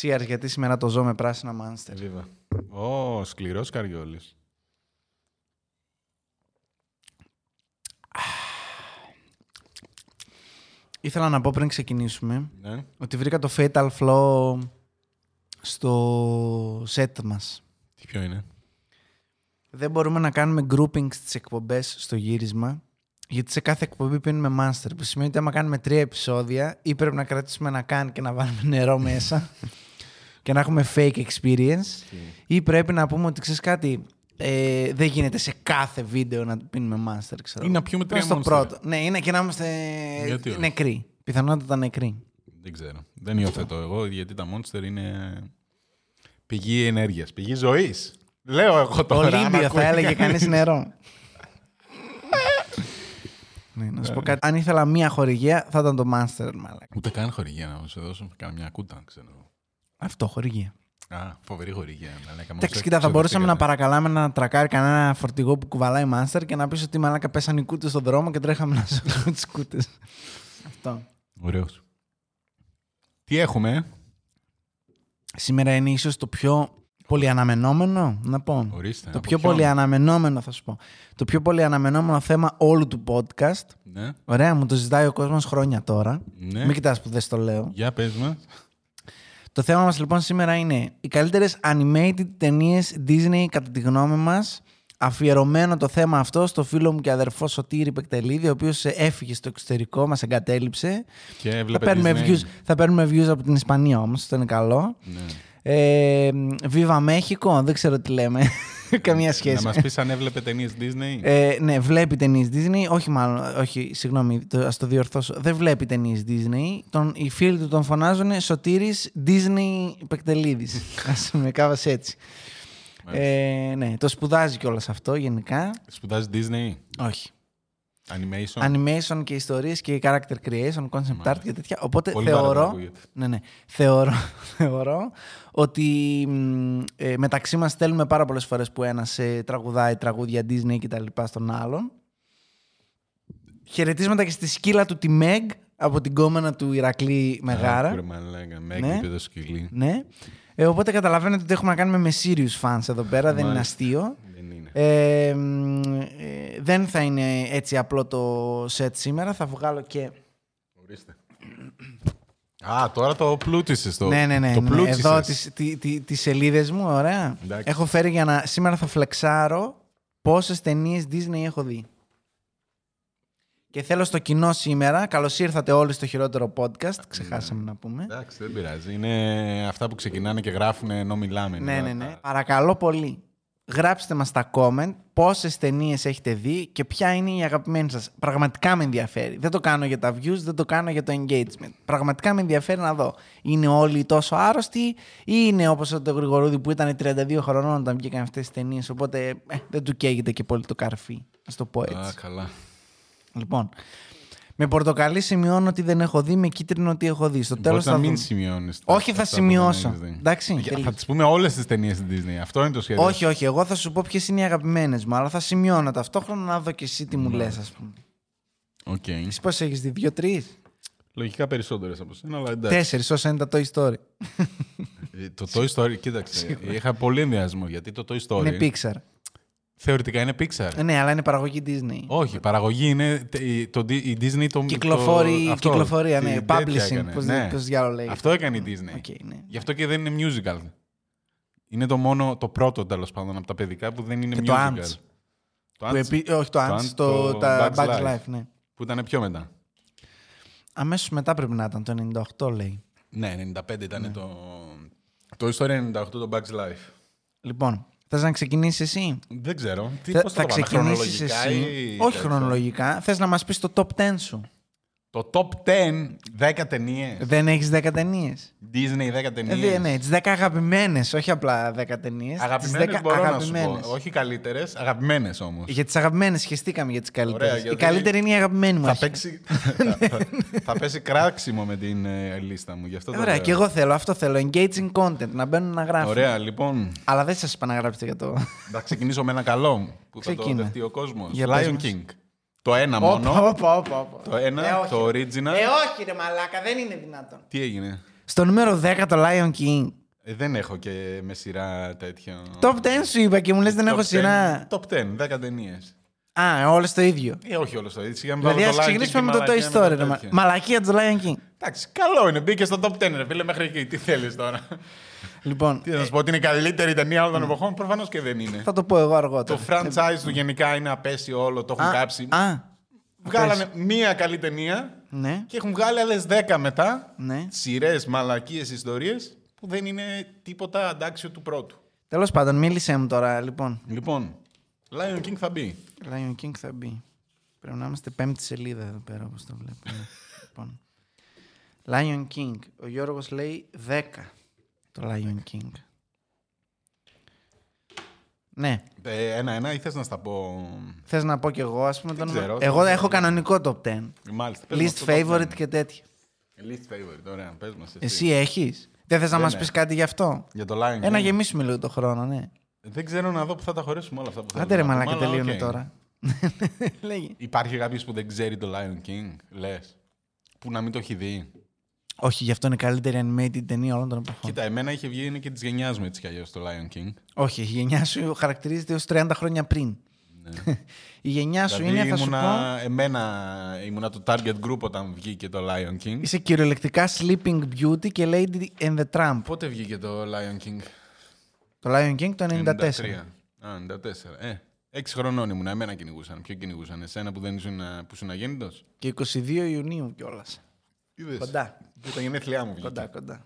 Cheers, γιατί σήμερα το ζω με πράσινα μάνστερ. Βίβα. Ω, σκληρός καριόλης. Ήθελα να πω πριν ξεκινήσουμε Ναι. ότι βρήκα το Fatal Flow στο set μας. Τι ποιο είναι. Δεν μπορούμε να κάνουμε grouping στις εκπομπές στο γύρισμα, γιατί σε κάθε εκπομπή πίνουμε master, που σημαίνει ότι άμα κάνουμε τρία επεισόδια ή πρέπει να κρατήσουμε ένα καν και να βάλουμε νερό μέσα και να έχουμε fake experience ή πρέπει να πούμε ότι ξέρεις κάτι, ε, δεν γίνεται σε κάθε βίντεο να πίνουμε master, ξέρω. Ή να πιούμε τρία στο Monster. πρώτο. Ναι, είναι και να είμαστε Γιατί όχι. νεκροί. Πιθανότατα νεκροί. Δεν ξέρω. Δεν υιοθετώ εγώ, γιατί τα Monster είναι πηγή ενέργειας, πηγή ζωής. Λέω εγώ τώρα. άμα Ολύμπιο θα ακούει έλεγε κανείς. κανείς νερό. ναι, να σου πω κάτι. Αν ήθελα μία χορηγία, θα ήταν το Master, μάλλον. Ούτε καν χορηγία να σου δώσω. Κάνω μια κούτα, ξέρω. Αυτό, χορηγία. Α, φοβερή χορηγία. μαλάκα, μόλις Εντάξει, κοίτα, θα μπορούσαμε να ξεδευτήκατε. παρακαλάμε να τρακάρει κανένα φορτηγό που κουβαλάει Master και να πεις ότι μαλάκα πέσαν οι κούτες στον δρόμο και τρέχαμε να σώσουμε τις κούτες. Αυτό. Ωραίος. Τι έχουμε, ε? Σήμερα είναι ίσως το πιο πολυαναμενόμενο, να πω. ορίστε. Το από πιο ποιον? πολυαναμενόμενο, θα σου πω. Το πιο πολυαναμενόμενο θέμα όλου του podcast. Ναι, Ωραία, μου το ζητάει ο κόσμος χρόνια τώρα. ναι. Μην κοιτάς που δεν στο λέω. Για πες μας. Το θέμα μας λοιπόν σήμερα είναι οι καλύτερες animated ταινίες Disney κατά τη γνώμη μας. Αφιερωμένο το θέμα αυτό στο φίλο μου και αδερφό Σωτήρη Πεκτελίδη, ο οποίος ε, έφυγε στο εξωτερικό, μας εγκατέλειψε. Και Θα έβλεπε παίρνουμε, Disney. views, θα παίρνουμε views από την Ισπανία όμως, αυτό είναι καλό. Ναι. Ε, Viva Mexico, δεν ξέρω τι λέμε. Καμία Να σχέση. μας πεις αν έβλεπε ταινίες Disney. Ε, ναι, βλέπει ταινίες Disney. Όχι, μάλλον. Όχι, συγγνώμη, το, ας το διορθώσω. Δεν βλέπει ταινίες Disney. Τον, οι φίλοι του τον φωνάζουν Σωτήρης Disney Πεκτελίδης. Ας πούμε, κάπως έτσι. Ε, ναι, το σπουδάζει κιόλας αυτό γενικά. Σπουδάζει Disney, Όχι. animation. Animation και ιστορίες και character creation, concept art και τέτοια. Οπότε Πολύ βαρετό θεωρώ. ακούγεται. Ναι, ναι. Θεωρώ, θεωρώ ότι μ, ε, μεταξύ μας στέλνουμε πάρα πολλές φορές που ένας ε, τραγουδάει τραγούδια Disney και τα λοιπά στον άλλον. Χαιρετίσματα και στη σκύλα του τη Μεγ από την κόμενα του Ηρακλή Μεγάρα. Άκουρε μαλάκα, με Ναι. έκλειπε το σκυλί. ναι. Ε, οπότε καταλαβαίνετε ότι έχουμε να κάνουμε με serious fans εδώ πέρα, δεν είναι Μάλιστα. αστείο. Δεν είναι. Ε, μ, ε, δεν θα είναι έτσι απλό το set σήμερα. Θα βγάλω και. Ορίστε. Α, τώρα το πλούτησες. Το, ναι, ναι, ναι. Το ναι. πλούτησες. Εδώ τις, τι, τι, τις σελίδες μου, ωραία. Εντάξει. Έχω φέρει για να... Σήμερα θα φλεξάρω πόσες ταινίες Disney έχω δει. Και θέλω στο κοινό σήμερα, καλώς ήρθατε όλοι στο χειρότερο podcast, ξεχάσαμε να πούμε. Εντάξει, δεν πειράζει. Είναι αυτά που ξεκινάνε και γράφουν ενώ μιλάμε. Ναι, Είναι ναι, τα- ναι. Παρακαλώ πολύ. Γράψτε μας στα comment πόσες ταινίες έχετε δει και ποια είναι η αγαπημένη σας. Πραγματικά με ενδιαφέρει. Δεν το κάνω για τα views, δεν το κάνω για το engagement. Πραγματικά με ενδιαφέρει να δω. Είναι όλοι τόσο άρρωστοι ή είναι όπως ο το Γρηγορούδη που ήταν 32 χρονών όταν βγήκαν αυτές τις ταινίες. Οπότε ε, δεν του καίγεται και πολύ το καρφί. Ας το πω Α, έτσι. καλά. Λοιπόν, με πορτοκαλί σημειώνω ότι δεν έχω δει, με κίτρινο ότι έχω δει. Στο τέλος Μπορείς θα να μην δούμε. σημειώνεις. τα- Όχι, θα αυτά που δεν σημειώσω. έχεις δει. Εντάξει, Για- τελείως. Θα τις πούμε όλες τις ταινίες της Disney. Αυτό είναι το σχέδιο. Όχι, όχι. Εγώ θα σου πω ποιες είναι οι αγαπημένες μου, αλλά θα σημειώνω ταυτόχρονα να δω και εσύ τι Ναι. μου λες, ας πούμε. Οκ. Εσύ πώς έχεις δει, δύο-τρει. Λογικά περισσότερες από σένα, αλλά εντάξει. Τέσσερις, όσα είναι τα Toy Story. Ε, Το Toy Story, κοίταξε. Είχα πολύ ενδιασμό γιατί το Toy Story Είναι Pixar. θεωρητικά είναι Pixar. Ε, ναι, αλλά είναι παραγωγή Disney. Όχι, η παραγωγή είναι τε- η- το, Di- η Disney το Κυκλοφόρη- το- αυτό, κυκλοφορία, τη- ναι, τέτοια publishing, έκανε, πώς- ναι. πώς διάλογο λέγεται. Αυτό έκανε η Disney. Οκ, ναι. Γι' αυτό και δεν είναι musical. Είναι το μόνο, το πρώτο τέλος πάντων από τα παιδικά που δεν είναι Και το musical. Ants. Που Το Ants, επί- Όχι το Ants, Ants, το τα Bugs Bugs Life, ναι. που ήταν πιο μετά. Αμέσως μετά πρέπει να ήταν το 98, λέει. Ναι, 95 ήταν το... Το ιστορία 98, το Bugs Life. Λοιπόν, θες να ξεκινήσεις εσύ. Δεν ξέρω. Τι, Θε- πώς θα το πάμε, ξεκινήσεις χρονολογικά εσύ. ή Όχι τέτοιο. χρονολογικά. Θες να μας πεις το top 10 σου. Το top 10, 10 ταινίες. Δεν έχεις 10 ταινίε. Disney 10 Ε, ταινίες. δε- ναι, τι 10 αγαπημένες, όχι απλά 10 ταινίε. Αγαπημένε μπορώ να σου πω. Όχι καλύτερες, αγαπημένες όμως. Για τις αγαπημένες, σχεστήκαμε για τις καλύτερε. Ωραία, Η γιατί καλύτερη είναι η αγαπημένη μου. Θα αρχικά. παίξει, θα, Ναι, θα πέσει κράξιμο με την ε, λίστα μου. Γι αυτό Ε, το Ωραία, λέω. και εγώ θέλω, αυτό θέλω. Engaging content, να μπαίνουν να γράφουν. Ωραία, λοιπόν. Αλλά δεν σας είπα να γράψετε για το. Θα ξεκινήσω με ένα καλό που θα Ξεκίνα. το δεχτεί ο κόσμος. Για πες Lion μας. King. Το ένα μόνο. Όπα, όπα, όπα. όπα. Το ένα, Ε, όχι. το original. Ε, όχι, ρε Μαλάκα, δεν είναι δυνατόν. Τι έγινε. Στο νούμερο 10 το Lion King. Ε, δεν έχω και με σειρά τέτοιο. Top 10 σου είπα και μου λες δεν Top έχω 10, σειρά. Top 10, 10 ταινίες. Α, όλες το ίδιο. Ε, όχι όλο το ίδιο. Δηλαδή ας ξεκινήσουμε με το Toy Story. ρε μα- Μαλακία του Lion King. Εντάξει, καλό είναι. Μπήκε στο top 10, ρε φίλε, μέχρι εκεί. Τι θέλεις τώρα. Ε. Λοιπόν, Τι να σου πω, ότι είναι η καλύτερη ταινία Ε. όλων των εποχών. Προφανώς και δεν είναι. θα το πω εγώ Το αργότερα. franchise του γενικά είναι απέσιο όλο, το έχουν Ε, Α, κάψει. Α, Βγάλανε μία καλή ταινία ναι. και έχουν βγάλει άλλες 10 μετά. Ναι. Σειρές, μαλακίες, ιστορίες που δεν είναι τίποτα αντάξιο του πρώτου. Τέλος πάντων, μίλησέ μου τώρα, λοιπόν. Λοιπόν, Lion King θα μπει. Lion King θα μπει. Πρέπει να είμαστε πέμπτη σελίδα εδώ πέρα, όπως το βλέπουμε. λοιπόν. Lion King. Ο Γιώργος λέει 10. Το Lion King. Ναι. Ε, Ένα-ένα, ή θες να στα πω. Θες να πω κι εγώ, ας πούμε. Το νούμερο- ξέρω, εγώ δεν έχω κανονικό top 10. Μάλιστα. πες μας Least το top favorite ten. και τέτοια. Least favorite, ωραία, πες μας εσύ. Εσύ έχεις. Δεν θες να Δεν μας έχω. Ναι. πεις κάτι γι' αυτό. Για το Lion Ένα King. γεμίσουμε λίγο το χρόνο, ναι. Δεν ξέρω να δω που θα τα χωρέσουμε όλα αυτά που θα Άντε ρε μαλάκα, τελείωνε τώρα. Λέγε. Υπάρχει κάποιος που δεν ξέρει το Lion King, λες. Που να μην το έχει δει. Όχι, γι' αυτό είναι η καλύτερη animated ταινία όλων των εποχών. Κοίτα, εμένα είχε βγει, είναι και της γενιάς μου έτσι κι αλλιώς το Lion King. Όχι, η γενιά σου χαρακτηρίζεται ως 30 χρόνια πριν. Ναι. η γενιά σου Δηλαδή είναι, θα σου πω, εμένα, ήμουνα το target group όταν βγήκε το Lion King. είσαι κυριολεκτικά Sleeping Beauty και Lady and the Tramp. Πότε βγήκε το Lion King, Το Lion King το 94. 93. Α, 94. Ε, έξι χρονών ήμουν, εμένα κυνηγούσαν. Ποιο κυνηγούσαν, εσένα που δεν ήσουν, που ήσουν αγέννητος. Και 22 Ιουνίου κιόλας. Είδες. Κοντά, Τα γενέθλιά μου βγήκε. κοντά, κοντά.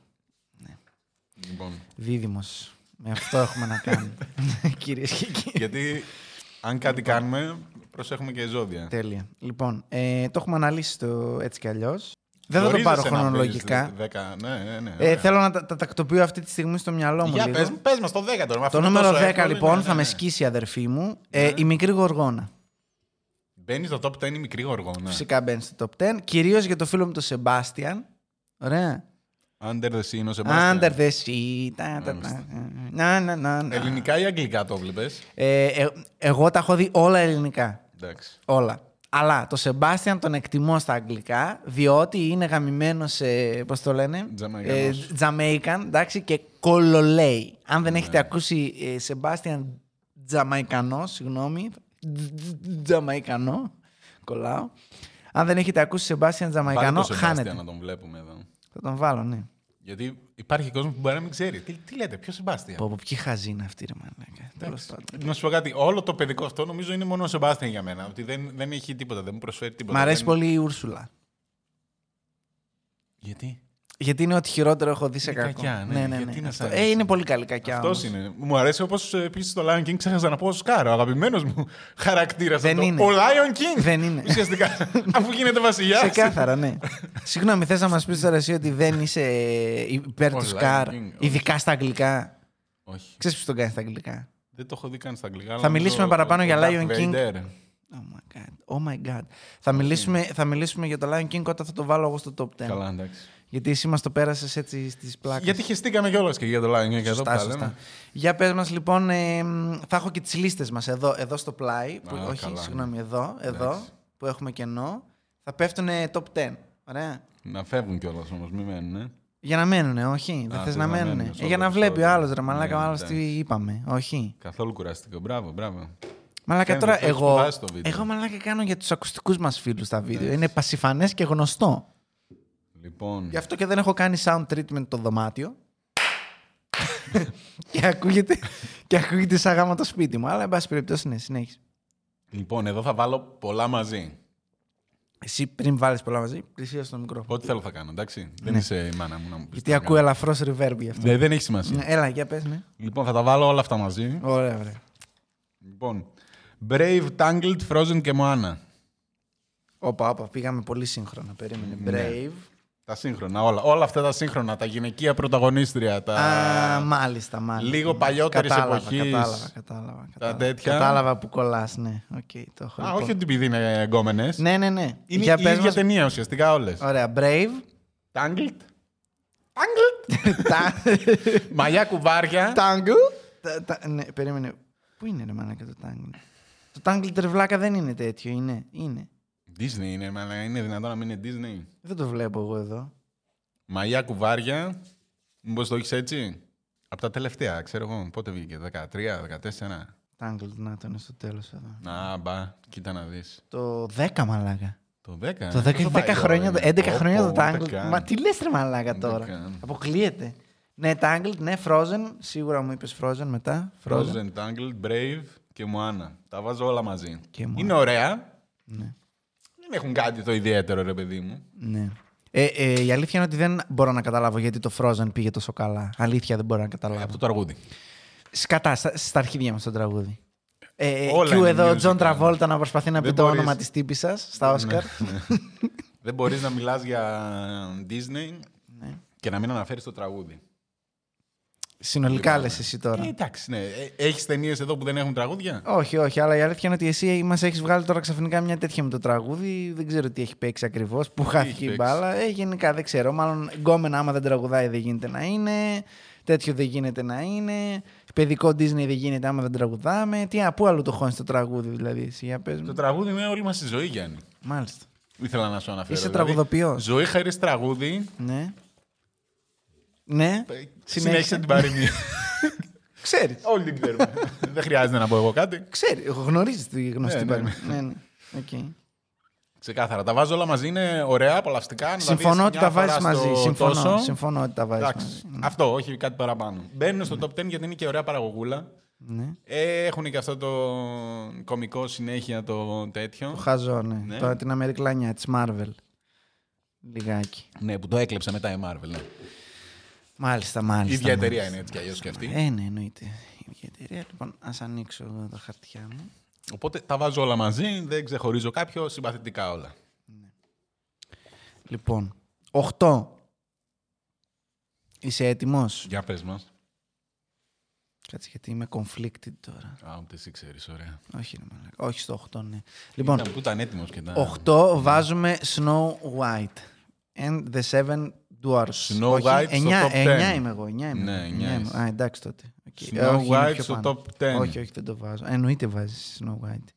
Λοιπόν, Δίδυμος. Με αυτό έχουμε να κάνουμε, κυρίες και κύριοι. γιατί αν κάτι Λοιπόν. κάνουμε, προσέχουμε και ζώδια. Τέλεια. Λοιπόν, ε, το έχουμε αναλύσει το έτσι κι αλλιώς. Δεν θα το Γνωρίζεσαι πάρω να χρονολογικά. παίζεις δέκα- Ναι, ναι, ναι. Ε, ωραία. θέλω να τα, τα τακτοποιώ αυτή τη στιγμή στο μυαλό μου. Για λίγο. πες, πες μας το 10 τώρα. Το νούμερο 10 λοιπόν ναι, θα με σκίσει η αδερφή μου. Ε, η μικρή γοργόνα. Μπαίνεις στο top 10 η μικρή ναι. γοργόνα. Φυσικά μπαίνεις στο top 10. Κυρίως για το φίλο μου τον Σεμπάστιαν. Ωραία. Under the sea είναι ο Sebastian. Under the sea. τα, τα, τα. Να, να, να, να. Ε, Ελληνικά ή αγγλικά το βλέπεις. Ε, ε, εγώ τα έχω δει όλα ελληνικά. Εντάξει. Όλα. Αλλά το Σεμπάστιαν τον εκτιμώ στα αγγλικά, διότι είναι γαμημένο σε. Πώς το λένε, Τζαμαϊκανός. Ναι. Jamaican, εντάξει, και κολολέει. Αν δεν έχετε ακούσει ε, Σεμπάστιαν Τζαμαϊκανός, συγγνώμη. Τζαμαϊκανό, κολλάω. Αν δεν έχετε ακούσει Σεμπάστιαν Τζαμαϊκανό, Βάλε το Sebastian χάνετε. να τον βλέπουμε εδώ. Θα τον βάλω, ναι. Γιατί υπάρχει κόσμο που μπορεί να μην ξέρει. Τι, τι λέτε, ποιος Σεμπάστια. Πω, πω, ποιοι χαζοί είναι αυτοί, ρε μαλάκα. Τέλος πάντων. Να σου πω κάτι. Όλο το παιδικό αυτό νομίζω είναι μόνο ο Σεμπάστιαν για μένα. Ότι δεν, δεν έχει τίποτα, δεν μου προσφέρει τίποτα. Μ' αρέσει δεν... πολύ η Ούρσουλα. Γιατί. Γιατί είναι ό,τι χειρότερο έχω δει σε Είναι κακό. κακιά, ναι. Γιατί να σ' αυτό. αρέσει. Ε, είναι πολύ καλή κακιά. όμως. Αυτό είναι. Μου αρέσει όπως επίσης το Lion King ξέχασα να πω ο Σκάρο. Αγαπημένος μου χαρακτήρας. Δεν είναι. Ο Lion King. Δεν είναι. Ουσιαστικά. αφού γίνεται βασιλιάς. Ξεκάθαρα, ναι. Συγγνώμη, θες να μας πεις τώρα εσύ ότι δεν είσαι υπέρ Ο του Lion Σκάρ, King, όχι. ειδικά στα αγγλικά. Όχι. Ξέρεις που τον κάνει στα αγγλικά. Δεν το έχω δει καν στα αγγλικά. αλλά Θα νομίζω μιλήσουμε παραπάνω ο για Darth Lion King. Vader. Oh my god. Oh my god. Θα, μιλήσουμε, θα μιλήσουμε για το Lion King όταν θα το βάλω εγώ στο top 10. Καλά, εντάξει. Γιατί εσύ μας το πέρασες έτσι στις πλάκες. Γιατί χεστήκαμε κιόλας και για το Lion King. εδώ ναι. που Σωστά, τα σωστά. λέμε. Για πες μας λοιπόν, ε, μ, θα έχω και τις λίστες μας εδώ, εδώ στο πλάι. Που, Α, όχι, καλά. ναι. συγγνώμη, εδώ, εδώ που έχουμε κενό. Θα πέφτουν top 10. Ωραία. Να φεύγουν κιόλας όμως, μην μένουν. Ε. Για να μένουνε, όχι. Δεν Α, θες θες να να μένουνε. μένουνε, Ε, για να sorry, βλέπει ο sorry. άλλος, ρε Μαλάκα, ο Ναι, άλλος τι εντάξει. είπαμε. Όχι. Καθόλου κουραστικό. Μπράβο, μπράβο. Μαλάκα Φαίνεται, τώρα το έχεις εγώ. σπουδάσει το βίντεο. Εγώ μαλάκα κάνω για τους ακουστικούς μας φίλους τα βίντεο. Ναι. Είναι πασιφανές και γνωστό. Λοιπόν. Γι' αυτό και δεν έχω κάνει sound treatment το δωμάτιο. και ακούγεται, και ακούγεται σαν γάμα το σπίτι μου. Αλλά εν πάση περιπτώσει, ναι, συνέχισε. Λοιπόν, εδώ θα βάλω πολλά μαζί. Εσύ πριν βάλεις πολλά μαζί, πλησίασε το μικρόφωνο. Ό,τι θέλω θα κάνω, εντάξει. Δεν Ναι. είσαι η μάνα μου να μου πεις. Γιατί ακούω ελαφρώς reverb γι' αυτό. Δεν, δεν έχει σημασία. Ναι, Έλα, για πες, ναι. Λοιπόν, θα τα βάλω όλα αυτά μαζί. Ωραία, ωραία. Λοιπόν. Brave, Tangled, Frozen και Moana. Όπα, όπα, πήγαμε πολύ σύγχρονα. Περίμενε. Ναι. Brave. Τα σύγχρονα, όλα. Όλα αυτά τα σύγχρονα. Τα γυναικεία πρωταγωνίστρια. Τα... Α, μάλιστα, μάλιστα. Ναι. λίγο παλιότερης κατάλαβα, εποχής. Κατάλαβα, κατάλαβα. κατάλαβα. τέτοια. Κατάλαβα που κολλάς, ναι. Okay, το έχω, Α, λοιπόν. όχι ότι επειδή είναι εγκόμενες. Ναι, ναι, ναι. Είναι Για η πες ίδια μας- ταινία ουσιαστικά όλες. Ωραία, Brave. Tangled. Tangled. Τα- Μαλλιά κουβάρια. Tangle. Τα- τα- Ναι, περίμενε. Πού είναι ρε μάνα το Tangle. Το Tangle τρεβλάκα δεν είναι τέτοιο, είναι. είναι. Disney είναι, αλλά είναι δυνατόν να μην είναι Disney. Δεν το βλέπω εγώ εδώ. Μαγιά κουβάρια. Μήπως το έχεις έτσι. Από τα τελευταία, ξέρω εγώ. Πότε βγήκε, 13, 14. Tangled, να το είναι στο τέλος εδώ. Να, μπα, κοίτα να δεις. Το 10 μαλάκα. Το 10. Το 10 έχει 10 χρόνια, το- 11 χρόνια το Tangled. Μα Μα τι λες ρε μαλάκα Ούτε τώρα. καν. Αποκλείεται. Ναι, Tangled, ναι, Frozen. Σίγουρα μου είπες Frozen μετά. Frozen, Tangled, Brave και Moana. Τα βάζω όλα μαζί. Και Moana. Είναι ωραία. Ναι. Δεν έχουν κάτι το ιδιαίτερο, ρε παιδί μου. ναι. Ε, ε, η αλήθεια είναι ότι δεν μπορώ να καταλάβω γιατί το Frozen πήγε τόσο καλά. Αλήθεια δεν μπορώ να Ε, Από καταλάβω. το τραγούδι. Σκατά, στα, στα αρχίδια μας το τραγούδι. Ε, ε, Όλα Q είναι εδώ ο musical. Τζον Τραβόλτα να προσπαθεί να Δεν πει το μπορείς. Ναι. όνομα της τύπης σας στα Όσκαρ. Δεν μπορείς να μιλάς για Disney Ναι. και να μην αναφέρεις το τραγούδι. Συνολικά λες εσύ Ε, τώρα. εντάξει, ναι. Έχεις ταινίες εδώ που δεν έχουν τραγούδια. Όχι, όχι, αλλά η αλήθεια είναι ότι εσύ μας έχεις βγάλει τώρα ξαφνικά μια τέτοια με το τραγούδι. Δεν ξέρω τι έχει παίξει ακριβώς, που χάθηκε η παίξει. μπάλα. Ε, γενικά δεν ξέρω. Μάλλον γκόμενα, άμα δεν τραγουδάει, δεν γίνεται να είναι. Τέτοιο δεν γίνεται να είναι. Παιδικό Disney δεν γίνεται άμα δεν τραγουδάμε. Τι, α, πού άλλο το χώνεις το τραγούδι, δηλαδή. Εσύ, για πες μου. Το τραγούδι είναι όλη μας η ζωή, Γιάννη. Μάλιστα. Ήθελα να σου αναφέρω. δηλαδή, Είσαι τραγουδοποιός. Ζωή χάρη τραγούδι. ε, Ναι. Ναι. Συνέχισε την παροιμία. Ξέρεις. Όλοι την ξέρουμε. Δεν χρειάζεται να πω εγώ κάτι. Ξέρει. Γνωρίζεις τη γνωστή Ναι, ναι, ναι. παροιμία. ναι, ναι. Οκ. Ξεκάθαρα. Τα βάζω όλα μαζί. Είναι ωραία, απολαυστικά. να Συμφωνώ δεις ότι μια τα βάζει φορά στο μαζί. Συμφωνώ, τόσο. συμφωνώ Ναι. ότι τα βάζεις μαζί. Εντάξει. Αυτό, όχι κάτι παραπάνω. Μπαίνουν στο top 10 γιατί είναι και ωραία παραγωγούλα. Ναι. Ε, έχουν και αυτό το κωμικό συνέχεια το τέτοιο. Το χαζό, ναι. Ναι. Το, την Αμερικλάνια της Marvel. Λιγάκι. Ναι, που το έκλεψε μετά η Marvel. ναι. Μάλιστα, Η μάλιστα. ίδια εταιρεία είναι έτσι κι αλλιώς και αυτή. Ε, ναι, εννοείται. Η ίδια εταιρεία. Λοιπόν, ας ανοίξω εδώ τα χαρτιά μου. Οπότε τα βάζω όλα μαζί, δεν ξεχωρίζω κάποιο, συμπαθητικά όλα. Λοιπόν, 8. Είσαι έτοιμος. Για πες μας. Κάτσε γιατί είμαι conflicted τώρα. Α, ούτε εσύ ξέρεις, ωραία. Όχι, ρε μαλάκα. Όχι στο 8, ναι. Λοιπόν, Ήταν που ήταν έτοιμος και τα. 8 βάζουμε Snow White. And the Seven Dwarfs. Snow White 9, στο top 10. είμαι εγώ. 9 είμαι. Ναι, εγώ, εννιά εννιά είμαι. είσαι. Α, εντάξει τότε. Οκ. Snow Ε, όχι, είναι White πιο στο πάνω. top 10. Όχι, όχι, δεν το βάζω. Ε, Εννοείται βάζεις Snow White.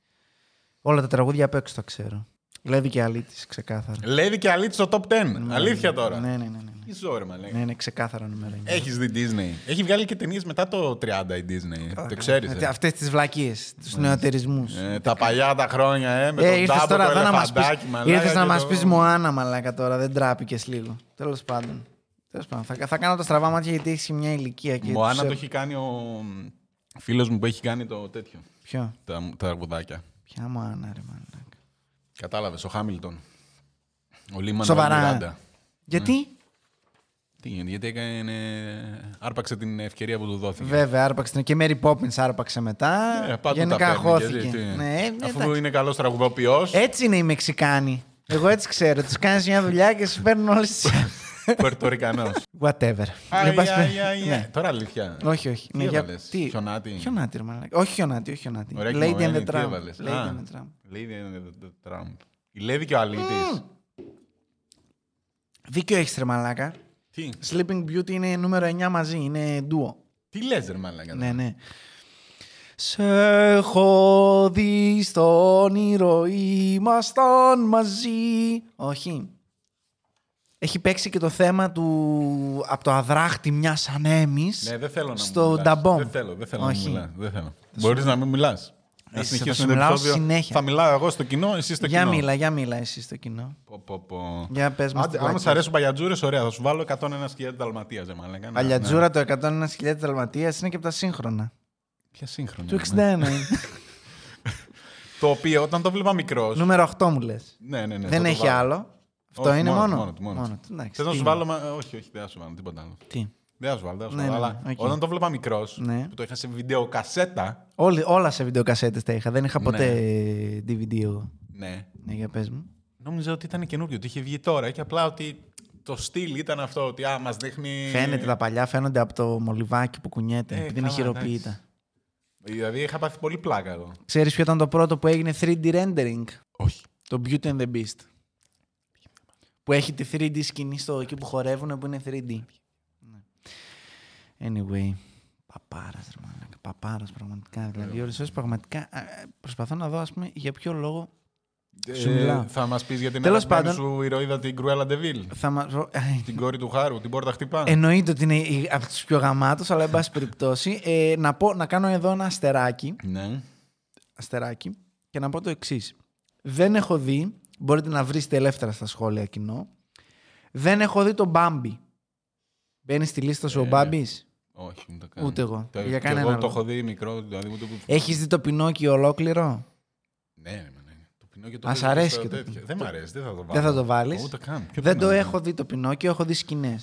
Όλα τα τραγούδια απ' έξω τα ξέρω. Δηλαδή και αλή τη, ξεκάθαρα. Λέει και αλήθεια στο top 10. Ναι, Αλήθεια ναι, τώρα. Ναι, ναι, ναι. ναι, ναι. Τι ζόρι, μα λέει. ναι, ναι ξεκάθαρα νούμερα. είναι. Έχεις δει Disney. Έχει βγάλει και ταινίες μετά το 30 η Disney. Καλά. Το ξέρεις. Ε, Αυτές τις βλακίες, τους νεοτερισμούς. Ε, τα παλιά τα χρόνια, ε, με Ε, τον ήρθες τάμπο, τώρα το εδώ να μας ελεφαντάκι, πεις, μαλάκα ήρθες και να το- μας πεις Μωάνα μαλάκα τώρα, δεν τράπηκες λίγο. Τέλος πάντων. Τέλος πάντων. Θα, θα κάνω τα στραβά μάτια γιατί έχεις μια ηλικία. Και Μωάνα τους- ε- το έχει κάνει ο φίλος μου που έχει κάνει το τέτοιο. Ποιο, Τα, τα τραγουδάκια. ποια Μωάνα ρε μαλάκα. Κατάλαβες, ο Χάμιλτον. Ο Λίμαν Σοβαρά. Μιράντα. Ναι. Γιατί, Τι γίνεται, γιατί έκανε. ε, Άρπαξε την ευκαιρία που του δόθηκε. βέβαια, άρπαξε την- και η Mary Poppins άρπαξε μετά. Ε, πάντου Γενικά τα παίρνει, χώθηκε. γιατί, τι. Ναι, ε, Αφού εντάξει. είναι καλός τραγουδοποιό, Έτσι είναι οι Μεξικάνοι. Εγώ έτσι ξέρω. Τους κάνεις μια δουλειά και σου παίρνουν όλες τις. Πορτορικανός. Whatever. Ε. Εν πάση περι- Ναι. Τώρα αλήθεια. Όχι, όχι. Τι Ναι, για- έβαλες, τι- χιονάτι? Χιονάτι, ρε μαλάκα. Όχι χιονάτι, όχι χιονάτι. Ωραία Lady and κοιμωμένη, the τι Tramp. έβαλες? Lady Α, and the Tramp. Lady and the Trump. Η Lady και ο Αλήτης. Δίκιο έχεις ρε μαλάκα. Τι, Sleeping Beauty είναι νούμερο 9 μαζί, είναι ντουο. τι λες ρε μαλάκα. Ναι, ναι. Σε έχω δει στο όνειρο ήμασταν μαζί. Όχι. Έχει παίξει και το θέμα του από το αδράχτη μιας ανέμης. Ναι, δεν θέλω να Στο μου μιλάς. Νταμπόμ. Δεν θέλω, δεν θέλω να μου Όχι. μιλάς. Δεν θέλω. Μπορείς να μην μιλάς. Να Εσύ, θα συνεχίσουμε σου το μιλάω επεισόδιο. συνέχεια. Θα μιλάω εγώ στο κοινό, εσύ στο Για κοινό. ναι. μίλα, για μίλα εσύ στο κοινό. Πω, πω, πω. Για πες μας Άντε, την Αν πλάκα. σ' αρέσουν παλιατζούρες, ωραία, θα σου βάλω 101 σκυλιά δαλματίας, ε, ρε μαλάκα. Να- να- Παλιατζούρα το 101.000 Δαλματίας είναι και από τα σύγχρονα. Ναι. Ποια σύγχρονη. Του είναι. 61. Το οποίο όταν το βλέπα μικρός... Νούμερο 8 μου λες. Ναι, ναι, ναι. θα Δεν το έχει βάλω. άλλο. Αυτό Όχι, είναι μόνο μόνο. του, μόνο του, μόνο του. του, εντάξει, Θες να τι σου είναι. βάλω. μα- Όχι, όχι, δεν θα σου βάλω τίποτα άλλο. Τι. Δεν θα σου βάλω, δεν θα σου Ναι, βάλω. ναι, αλλά ναι, οκ. όταν το βλέπα μικρός, Ναι. που το είχα σε βιντεοκασέτα. Όλοι, όλα σε βιντεοκασέτες τα είχα. Δεν είχα ποτέ DVD εγώ. Ναι. Ναι, για πες μου. Νόμιζα ότι ήταν καινούριο, ότι είχε βγει τώρα. Και απλά ότι το στυλ ήταν αυτό, ότι α, μας δείχνει. Φαίνεται τα παλιά, φαίνονται από το μολυβάκι που κουνιέται, Ε, επειδή είναι καλά, εντάξει. χειροποίητα. Δηλαδή είχα πάθει πολύ πλάκα εγώ. Ξέρεις ποιο ήταν το πρώτο που έγινε 3D rendering, Όχι. το Beauty and the Beast. Που έχει τη 3D σκηνή στο εκεί που χορεύουν που είναι 3D. Ναι. Anyway, παπάρας ρε μαλάκα, παπάρας πραγματικά. Δηλαδή, όλες ώρες πραγματικά α, προσπαθώ να δω, ας πούμε, για ποιο λόγο Σου μιλάω. Ε, θα μας πεις για την Τέλος αγαπημένη πάντων- σου ηρωίδα την Κρουέλα Ντεβίλ. Θα μας... ρω- Την κόρη του Χάρου, την πόρτα χτυπά. Εννοείται ότι είναι από τους πιο γαμάτους, αλλά εν πάση περιπτώσει. Ε, να, πω, να κάνω εδώ ένα αστεράκι, Ναι. αστεράκι και να πω το εξής. Δεν έχω δει, μπορείτε να βρείτε ελεύθερα στα σχόλια κοινό, δεν έχω δει τον Μπάμπι. Μπαίνει στη λίστα σου ο Ε, Μπάμπης. Όχι, μην το κάνω. Ούτε εγώ. Το, Για και κανέναν εγώ άλλο. το έχω δει μικρό. Δηλαδή, ούτε που... Έχεις δει το Πινόκιο ολόκληρο. Ναι, ναι, ναι. Το πεινώ και το Ας βρίσκω Ε, αρέσει στα και το τέτοια. πεινώ. Δεν μ' αρέσει, δεν θα το βάλω. Δεν θα το βάλεις. Ούτε καν. Ποιο ναι. Δεν πεινώ το είναι. έχω δει το Πινόκιο, έχω δει σκηνές.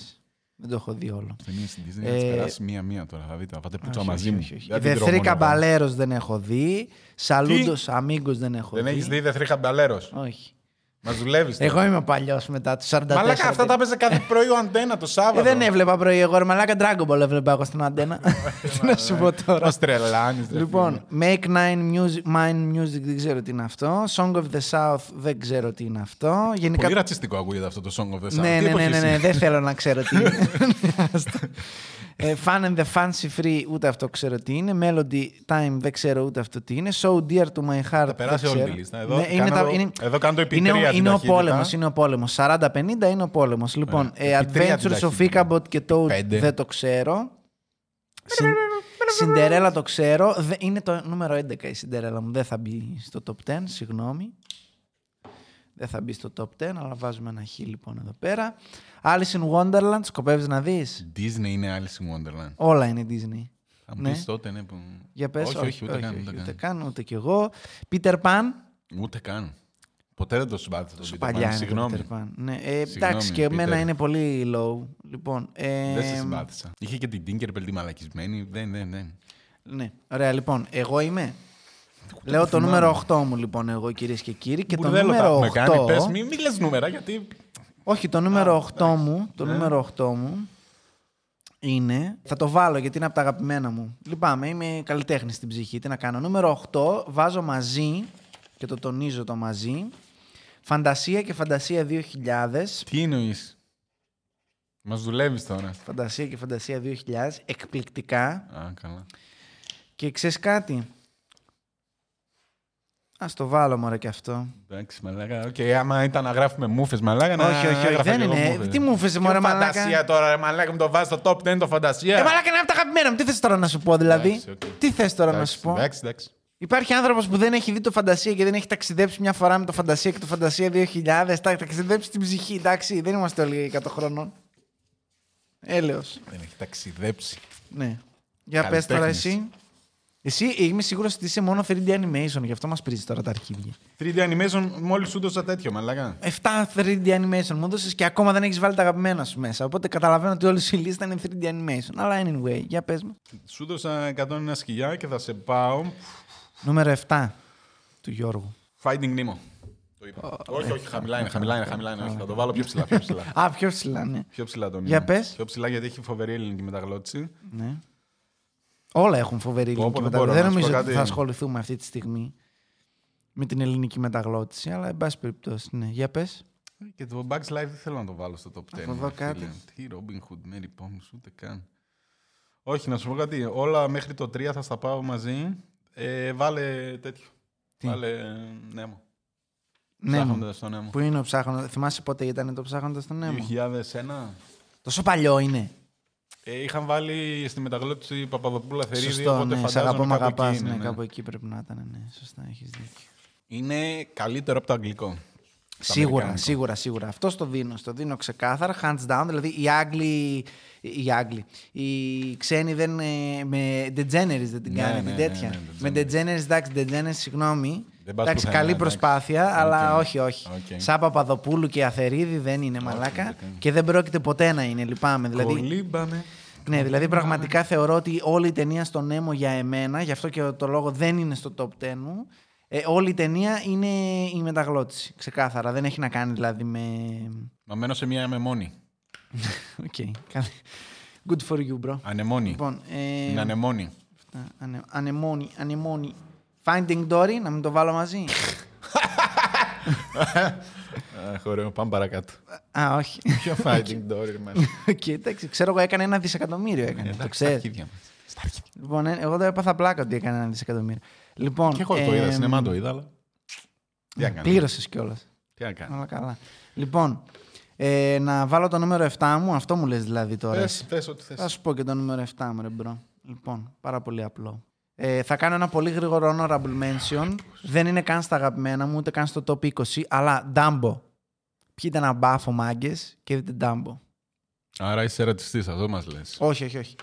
Δεν το έχω δει όλο. Ταινίες στην Disney, θα Ε, τις περάσει μία-μία τώρα. Θα δείτε, θα πάτε πούτσα Όχι, μαζί όχι, μου. όχι, όχι. Δεν την Δε τρώω θρή μόνο εγώ. καμπαλέρο δεν έχω δει. Σαλούντος αμίγκος δεν έχω Δεν δει. έχεις δει, δεν θρήκα μπαλέρος. Όχι. Μα δουλεύεις. Εγώ είμαι παλιός μετά του 44. Μαλάκα, αυτά τα έπαιζε κάθε πρωί ο αντένα το Σάββατο. ε, δεν έβλεπα πρωί εγώ. Ρε, μαλάκα Dragon Ball έβλεπα εγώ στην αντένα. Τι να σου πω τώρα. Μας τρελάνεις. λοιπόν, Make Nine Music, Mind Music δεν ξέρω τι είναι αυτό. Song of the South δεν ξέρω τι είναι αυτό. Γενικά. Πολύ ρατσιστικό ακούγεται αυτό το Song of the South. Ναι, Τι ναι, ναι, εποχή ναι, ναι, είσαι? δεν θέλω να ξέρω τι είναι. Άστο. ε, fun and the Fancy Free ούτε αυτό ξέρω τι είναι. Melody Time δεν ξέρω ούτε αυτό τι είναι. So Dear to My Heart. δεν περάσει όλη ξέρω. τη λίστα. Εδώ Ναι, είναι κάνω- τα- είναι- εδώ κάνω το επί είναι ο- τρία την Είναι ο ταχύτητα. πόλεμο, είναι ο πόλεμος. 40-50 είναι ο πόλεμος. Λοιπόν, Ε, ε, επί τρία την Adventures of ταχύτητα. Ichabod και Toad Πέντε. δεν το ξέρω. Συν- Σιντερέλα το ξέρω. Δε- Είναι το νούμερο 11 η Σιντερέλα μου. Δεν θα μπει στο top 10, συγγνώμη. Δεν θα μπει στο top 10, αλλά βάζουμε ένα χ λοιπόν εδώ πέρα. Alice in Wonderland, σκοπεύεις να δεις. Disney είναι Alice in Wonderland. Όλα είναι Disney. Θα μου Ναι. πεις τότε, ναι. Που... Για πες, όχι, όχι, ούτε καν. όχι, Ούτε ούτε καν. καν, ούτε κι εγώ. Peter Pan, Ούτε καν. Ποτέ δεν το συμπάθησα. τον σου Peter παλιά Pan, είναι το Συγγνώμη. Peter Pan. Ναι, ε, Συγγνώμη, εντάξει, και εμένα Peter. είναι πολύ low. Λοιπόν, ε, Δεν σε συμπάθησα. Είχε και την Tinkerbell τη μαλακισμένη. Δεν, δεν, δεν. ναι, ωραία, λοιπόν, εγώ είμαι. Λέω το νούμερο 8 μου λοιπόν εγώ κυρίες και κύριοι και το Μπουρδέλο τα νούμερο έχουμε 8... κάνει. Πες, μη, μη λες νούμερα, γιατί... Όχι, το νούμερο 8 μου, Ναι. το νούμερο 8 μου είναι. Θα το βάλω γιατί είναι από τα αγαπημένα μου. Λυπάμαι, είμαι καλλιτέχνης στην ψυχή. Τι να κάνω. Νούμερο 8 βάζω μαζί και το τονίζω το μαζί. Φαντασία και Φαντασία 2000. Τι εννοείς. Μας δουλεύεις τώρα. Φαντασία και Φαντασία 2000. Εκπληκτικά. Α, καλά. Και ξέρεις κάτι. Ας το βάλω μωρέ και αυτό. Εντάξει, μαλάκα. Οκ, άμα ήταν να γράφουμε μούφες, μαλάκα, να όχι, όχι, όχι, έγραφα δεν κι εγώ είναι. Τι μούφες, Ποιο μωρέ, μαλάκα. Φαντασία τώρα, ρε, μαλάκα, μου το βάζεις στο top 10 το φαντασία. Ε, μαλάκα είναι από τα αγαπημένα μου. Τι θες τώρα να σου πω δηλαδή. Εντάξει, οκ. Τι θες τώρα να Εντάξει, σου πω. Εντάξει, εντάξει. Υπάρχει άνθρωπος που δεν έχει δει το Φαντασία και δεν έχει ταξιδέψει μια φορά με το Φαντασία και το Φαντασία 2000. Τα, ταξιδέψει την ψυχή, εντάξει. Δεν είμαστε όλοι 100 χρόνων. Έλεος. Δεν έχει ταξιδέψει. Ναι. Για πες τώρα Καλλιτέχνης. εσύ. Εσύ είμαι σίγουρος ότι είσαι μόνο 3D animation, γι' αυτό μας πρίζει τώρα τα αρχίδια. 3D animation, μόλις σου έδωσα τέτοιο, μαλάκα. 7 3D animation μου έδωσε και ακόμα δεν έχεις βάλει τα αγαπημένα σου μέσα. Οπότε καταλαβαίνω ότι όλη σου η λίστα είναι 3D animation. Αλλά anyway, για πες μου. Σου έδωσα 101 σκυλιά και θα σε πάω. Νούμερο 7 του Γιώργου. Finding Nemo. Το είπα. όχι, όχι, χαμηλά είναι, χαμηλά είναι, χαμηλά είναι. όχι, θα το βάλω πιο ψηλά, πιο ψηλά. Α, πιο ψηλά, ναι. πιο ψηλά τον Για πες. Πιο ψηλά γιατί έχει φοβερή ελληνική μεταγλώτηση. Ναι. Όλα έχουν φοβερή Πω, πω, ελληνική δεν μεταγλώτηση. Δεν μπορώ να σου πω νομίζω ότι κάτι. θα ασχοληθούμε αυτή τη στιγμή με την ελληνική μεταγλώτηση, αλλά εν πάση περιπτώσει, ναι. Για πες. Και το Bugs Life δεν θέλω να το βάλω στο top 10. Αφού δω ρε φίλε. κάτι. Τι Robin Hood, Mary Poms, ούτε καν. Όχι, να σου πω κάτι. Όλα μέχρι το 3 θα στα πάω μαζί. Ε, βάλε τέτοιο. Τι? Βάλε νέμο. Ναι, μου. Ψάχνοντας το νέμο. Πού είναι ο ψάχνοντας. Θυμάσαι πότε ήταν το ψάχνοντας στον νέμο. 2001. Τόσο παλιό είναι. Ε, είχαν βάλει στη μεταγλώτηση Παπαδοπούλα Θερίδη. Σωστό, οπότε ναι. Σε φαντάζομαι αγαπώ, με κάπου εκεί αγαπάς. είναι, Ναι, ναι. κάπου εκεί πρέπει να ήταν. Ναι, σωστά, έχεις δίκιο. Είναι καλύτερο από το αγγλικό. Σίγουρα, αμερικάνικο. σίγουρα, σίγουρα. Αυτό το δίνω. Στο δίνω ξεκάθαρα. Hands down. Δηλαδή οι Άγγλοι. Οι Άγγλοι. Οι ξένοι δεν. ε, Με degenerates δεν την Ναι, κάνανε ναι, την ναι, τέτοια. ναι, Με degenerates. degenerates, εντάξει, degenerates, συγγνώμη. Δεν πας εντάξει, πουθενά, καλή εντάξει. προσπάθεια, αλλά Οκ. όχι, όχι. Οκ. Σαν Παπαδοπούλου και Αθερίδη δεν είναι μαλάκα δεν κάνει. και δεν πρόκειται ποτέ να είναι. Λυπάμαι. Δηλαδή, Κολύμπαμε. ναι, δηλαδή πραγματικά θεωρώ ότι όλη η ταινία στον Νέμο για εμένα, γι' αυτό και το λόγο δεν είναι στο top 10 μου, ε, όλη η ταινία είναι η μεταγλώτηση, ξεκάθαρα. Δεν έχει να κάνει δηλαδή με... Μα μένω σε μια αμεμόνη. Οκ, καλά. Good for you, bro. Ανεμόνη. Λοιπόν, ε, Είναι ανεμόνη. αυτά, ανε- ανεμόνι, ανεμόνι. Finding Dory, να μην το βάλω μαζί. Αχ, ωραίο. Ε, Πάμε παρακάτω. Α, όχι. Ποιο fighting door, man. Οκ, εντάξει, ξέρω εγώ έκανε ένα δισεκατομμύριο Ε, έκανε, το ξέρεις. ε, Λοιπόν, ε, εγώ το έπαθα πλάκα ότι έκανε ένα δισεκατομμύριο. Λοιπόν, Και εγώ το είδα, εμ, σινεμά το είδα, αλλά Τι να κάνω. Πλήρωσες κιόλας. Τι να κάνω. Όλα καλά. Λοιπόν, ε, να βάλω το νούμερο 7 μου. Αυτό μου λες δηλαδή τώρα. Πες, εσύ. πες ό,τι θες. Θα σου πω και το νούμερο 7 μου, ρε μπρο. Λοιπόν, πάρα πολύ απλό. Ε, θα κάνω ένα πολύ γρήγορο honorable mention. Δεν είναι καν στα αγαπημένα μου, ούτε καν στο top 20, αλλά Dumbo. Πιείτε ένα μπάφο μάγκες και δείτε Dumbo. Άρα είσαι ρατσιστής, αυτό μας λες. Όχι, όχι, όχι.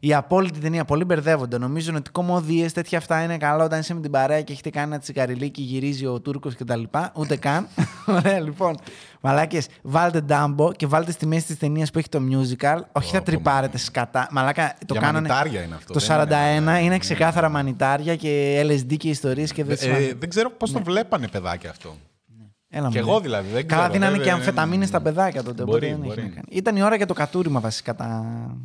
Η απόλυτη ταινία. Πολλοί μπερδεύονται. Νομίζουν ότι κομμωδίες, τέτοια αυτά είναι καλά όταν είσαι με την παρέα και έχετε κάνει ένα τσιγαριλί και γυρίζει ο Τούρκος κτλ. Ούτε καν. Ωραία, λοιπόν. Μαλάκες, βάλτε ντάμπο και βάλτε στη μέση της ταινίας που έχει το musical. Όχι, θα πω, τρυπάρετε σκατά. Μαλάκα, το Για κάνανε. μανιτάρια είναι αυτό, Το δεν 41 είναι- είναι, ναι. ξεκάθαρα μανιτάρια και LSD και ιστορίες και δεν Ε, σημαίνει. δεν ξέρω πώς το βλέπανε παιδάκια αυτό. Έλα Κι μου, εγώ ρε. δηλαδή. Δεν Καλά, ξέρω, δίνανε δεν- και δεν- αμφεταμίνες στα παιδάκια τότε. Μπορεί, Μπορεί, δεν μπορεί. Έχει να κάνει. Ήταν η ώρα για το κατούριμα βασικά τα...